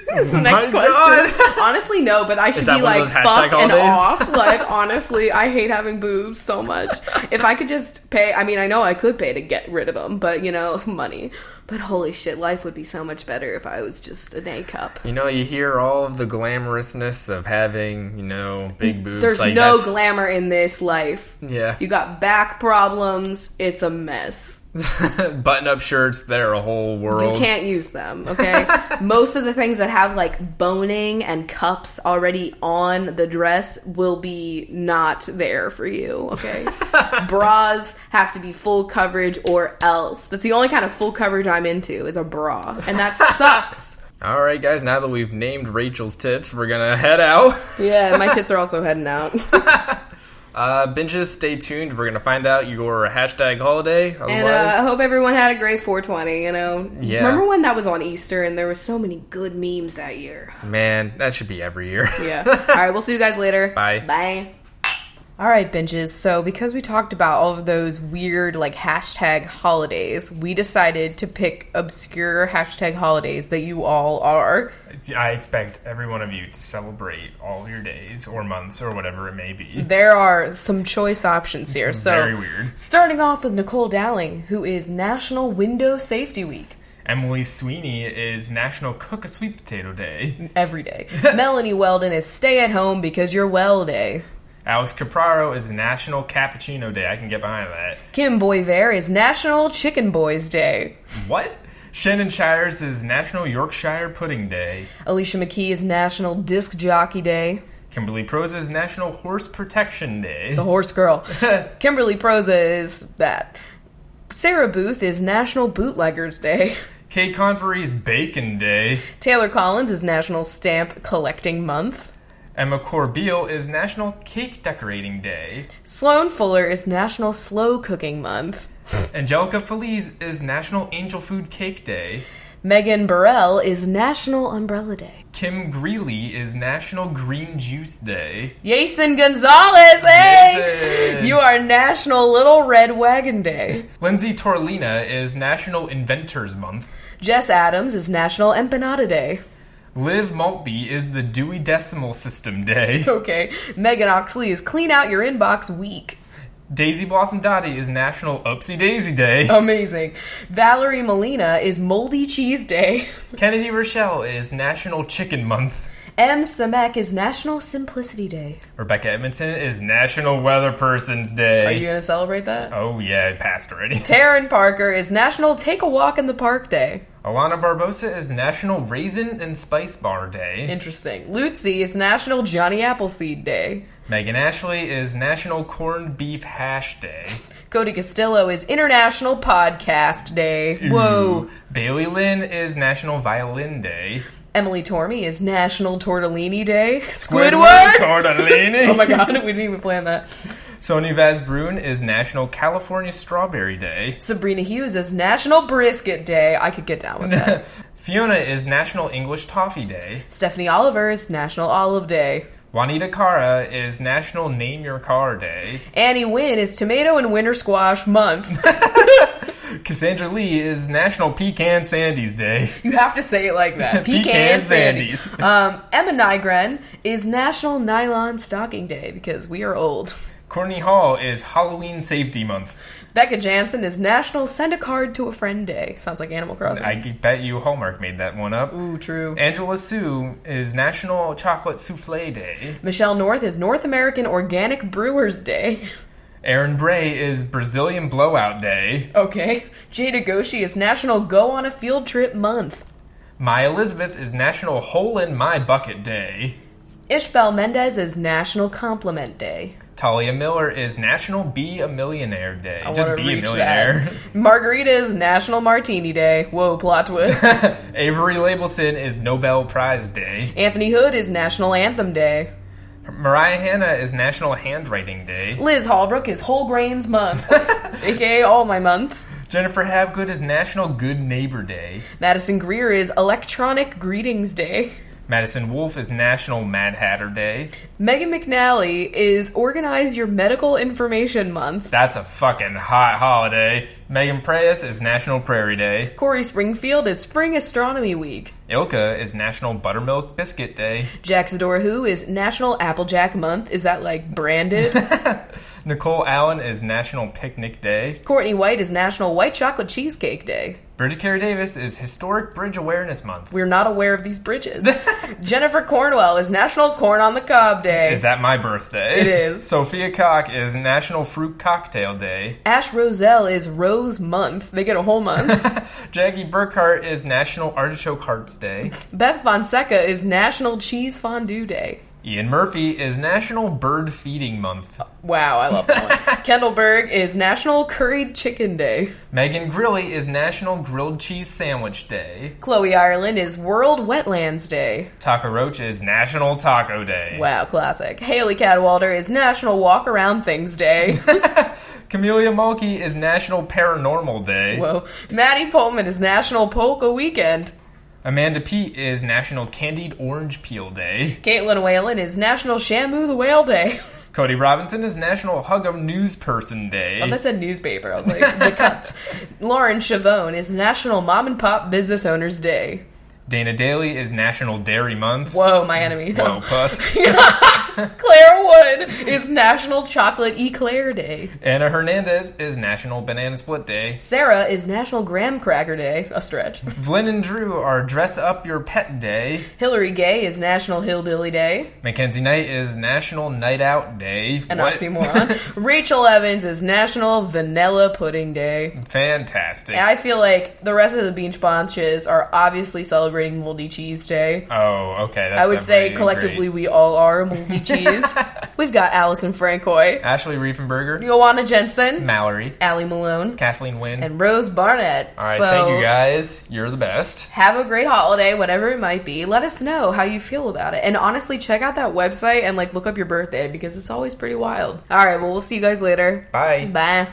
S1: That's the next
S2: Oh my
S1: question.
S2: God.
S1: Honestly, no, but I should
S2: that
S1: be
S2: one of
S1: like
S2: those hashtag
S1: fuck and
S2: holidays?
S1: off. Like honestly, I hate having boobs so much. If I could just pay, I mean, I know I could pay to get rid of them, but you know, money. But holy shit, life would be so much better if I was just an A cup.
S2: You know, you hear all of the glamorousness of having, you know, big boobs.
S1: There's
S2: like,
S1: no
S2: that's-
S1: glamour in this life.
S2: Yeah.
S1: You got back problems. It's a mess.
S2: Button up shirts, they're a whole
S1: You
S2: world.
S1: can't use them, okay? Most of the things that have like boning and cups already on the dress will be not there for you, okay? Bras have to be full coverage or else. That's the only kind of full coverage I'm into is a bra, and that sucks.
S2: All right, guys, now that we've named Rachel's tits, we're going to head out.
S1: yeah, my tits are also heading out.
S2: Uh, binges, stay tuned. We're gonna find out your hashtag holiday. Otherwise,
S1: And uh, I hope everyone had a great 420. You know,
S2: Yeah.
S1: remember when that was on Easter and there were so many good memes that year.
S2: man, that should be every year.
S1: Yeah. all right, we'll see you guys later.
S2: Bye.
S1: Bye. All right, binges. So because we talked about all of those weird like hashtag holidays, we decided to pick obscure hashtag holidays that you all are.
S2: I expect every one of you to celebrate all your days or months or whatever it may be.
S1: There are some choice options here. So
S2: Very weird.
S1: Starting off with Nicole Dowling, who is National Window Safety Week.
S2: Emily Sweeney is National Cook a Sweet Potato Day.
S1: every day. Melanie Weldon is stay at home because you're well day.
S2: Alex Capraro is National Cappuccino Day. I can get behind that.
S1: Kim Boyver is National Chicken Boys Day.
S2: What? Shannon Shires is National Yorkshire Pudding Day.
S1: Alicia McKee is National Disc Jockey Day.
S2: Kimberly Proza is National Horse Protection Day.
S1: The horse girl. Kimberly Proza is that. Sarah Booth is National Bootleggers Day.
S2: Kay Convery is Bacon Day.
S1: Taylor Collins is National Stamp Collecting Month.
S2: Emma Corbeil is National Cake Decorating Day.
S1: Sloan Fuller is National Slow Cooking Month.
S2: Angelica Feliz is National Angel Food Cake Day.
S1: Megan Burrell is National Umbrella Day.
S2: Kim Greeley is National Green Juice Day.
S1: Jason Gonzalez, hey!
S2: Jason.
S1: You are National Little Red Wagon Day.
S2: Lindsay Torlina is National Inventors Month.
S1: Jess Adams is National Empanada Day.
S2: Liv Maltby is the Dewey Decimal System Day.
S1: Okay. Megan Oxley is Clean Out Your Inbox Week.
S2: Daisy Blossom Dottie is National Oopsie Daisy Day.
S1: Amazing. Valerie Molina is Moldy Cheese Day.
S2: Kennedy Rochelle is National Chicken Month.
S1: M. Samek is National Simplicity Day.
S2: Rebecca Edmondson is National Weather Person's Day.
S1: Are you going to celebrate that?
S2: oh yeah, it passed already.
S1: Taryn Parker is National Take a Walk in the Park Day.
S2: Alana Barbosa is National Raisin and Spice Bar Day.
S1: Interesting. Lutzi is National Johnny Appleseed Day.
S2: Megan Ashley is National Corned Beef Hash Day.
S1: Cody Castillo is International Podcast Day. Whoa.
S2: Bailey Lynn is National Violin Day.
S1: Emily Tormey is National Tortellini Day.
S2: Squidward
S1: Squidward!
S2: Tortellini.
S1: Oh my god, we didn't even plan that.
S2: Sony Vazbrun is National California Strawberry Day.
S1: Sabrina Hughes is National Brisket Day. I could get down with that.
S2: Fiona is National English Toffee Day.
S1: Stephanie Oliver is National Olive Day.
S2: Juanita Cara is National Name Your Car Day.
S1: Annie Wynn is Tomato and Winter Squash Month.
S2: Cassandra Lee is National Pecan Sandies Day.
S1: you have to say it like that.
S2: Pecan
S1: Sandies.
S2: Sandies.
S1: Um, Emma Nygren is National Nylon Stocking Day because we are old.
S2: Courtney Hall is Halloween Safety Month.
S1: Becca Jansen is National Send a Card to a Friend Day. Sounds like Animal Crossing.
S2: I bet you Hallmark made that one up.
S1: Ooh, true.
S2: Angela Sue is National Chocolate Souffle Day.
S1: Michelle North is North American Organic Brewers Day.
S2: Aaron Bray is Brazilian Blowout Day.
S1: Okay. Jada Goshi is National Go on a Field Trip Month.
S2: My Elizabeth is National Hole in My Bucket Day.
S1: Ishbel Mendez is National Compliment Day.
S2: Talia Miller is National Be a Millionaire Day.
S1: I
S2: Just
S1: wanna
S2: be a
S1: reach
S2: millionaire.
S1: that. Margarita is National Martini Day. Whoa, plot twist.
S2: Avery Labelson is Nobel Prize Day.
S1: Anthony Hood is National Anthem Day.
S2: Mariah Hanna is National Handwriting Day.
S1: Liz Hallbrook is Whole Grains Month, aka All My Months.
S2: Jennifer Habgood is National Good Neighbor Day.
S1: Madison Greer is Electronic Greetings Day.
S2: Madison Wolf is National Mad Hatter Day.
S1: Megan McNally is Organize Your Medical Information Month.
S2: That's a fucking hot holiday. Megan Preyes is National Prairie Day.
S1: Corey Springfield is Spring Astronomy Week.
S2: Ilka is National Buttermilk Biscuit Day.
S1: Jack Zador Who is National Applejack Month. Is that like branded?
S2: Nicole Allen is National Picnic Day.
S1: Courtney White is National White Chocolate Cheesecake Day.
S2: Bridget Carey Davis is Historic Bridge Awareness Month.
S1: We're not aware of these bridges. Jennifer Cornwell is National Corn on the Cob Day.
S2: Is that my birthday?
S1: It is.
S2: Sophia Cock is National Fruit Cocktail Day.
S1: Ash Roselle is Rose Month. They get a whole month.
S2: Jackie Burkhart is National Artichoke Hearts Day.
S1: Beth Fonseca is National Cheese Fondue Day.
S2: Ian Murphy is National Bird Feeding Month.
S1: Wow, I love that one. Kendallberg is National Curried Chicken Day.
S2: Megan Grilly is National Grilled Cheese Sandwich Day.
S1: Chloe Ireland is World Wetlands Day.
S2: Taco Roach is National Taco Day.
S1: Wow, classic. Haley Cadwalder is National Walk Around Things Day.
S2: Camellia Mulkey is National Paranormal Day.
S1: Whoa. Maddie Pullman is National Polka Weekend.
S2: Amanda Pete is National Candied Orange Peel Day.
S1: Caitlin Whalen is National Shamu the Whale Day.
S2: Cody Robinson is National Hug a News Person Day.
S1: Oh, that said newspaper. I was like, the cuts. Lauren Chavone is National Mom and Pop Business Owners Day.
S2: Dana Daly is National Dairy Month.
S1: Whoa, my enemy. No.
S2: Whoa, puss.
S1: Claire Wood is National Chocolate Eclair Day.
S2: Anna Hernandez is National Banana Split Day.
S1: Sarah is National Graham Cracker Day. A stretch.
S2: Flynn and Drew are Dress Up Your Pet Day.
S1: Hillary Gay is National Hillbilly Day.
S2: Mackenzie Knight is National Night Out Day.
S1: An
S2: What?
S1: oxymoron. Rachel Evans is National Vanilla Pudding Day.
S2: Fantastic.
S1: And I feel like the rest of the Beach Bunches are obviously celebrating Moldy Cheese Day.
S2: oh, okay. That's
S1: I would say
S2: definitely
S1: collectively
S2: great.
S1: we all are moldy cheese. We've got Allison Francoy,
S2: Ashley Riefenberger,
S1: Joanna Jensen,
S2: Mallory,
S1: Allie Malone,
S2: Kathleen Wynn.
S1: and Rose Barnett.
S2: All right,
S1: so
S2: thank you guys. You're the best.
S1: have a great holiday, whatever it might be. Let us know how you feel about it. And honestly, check out that website and like look up your birthday because it's always pretty wild. All right, well, we'll see you guys later.
S2: Bye.
S1: Bye.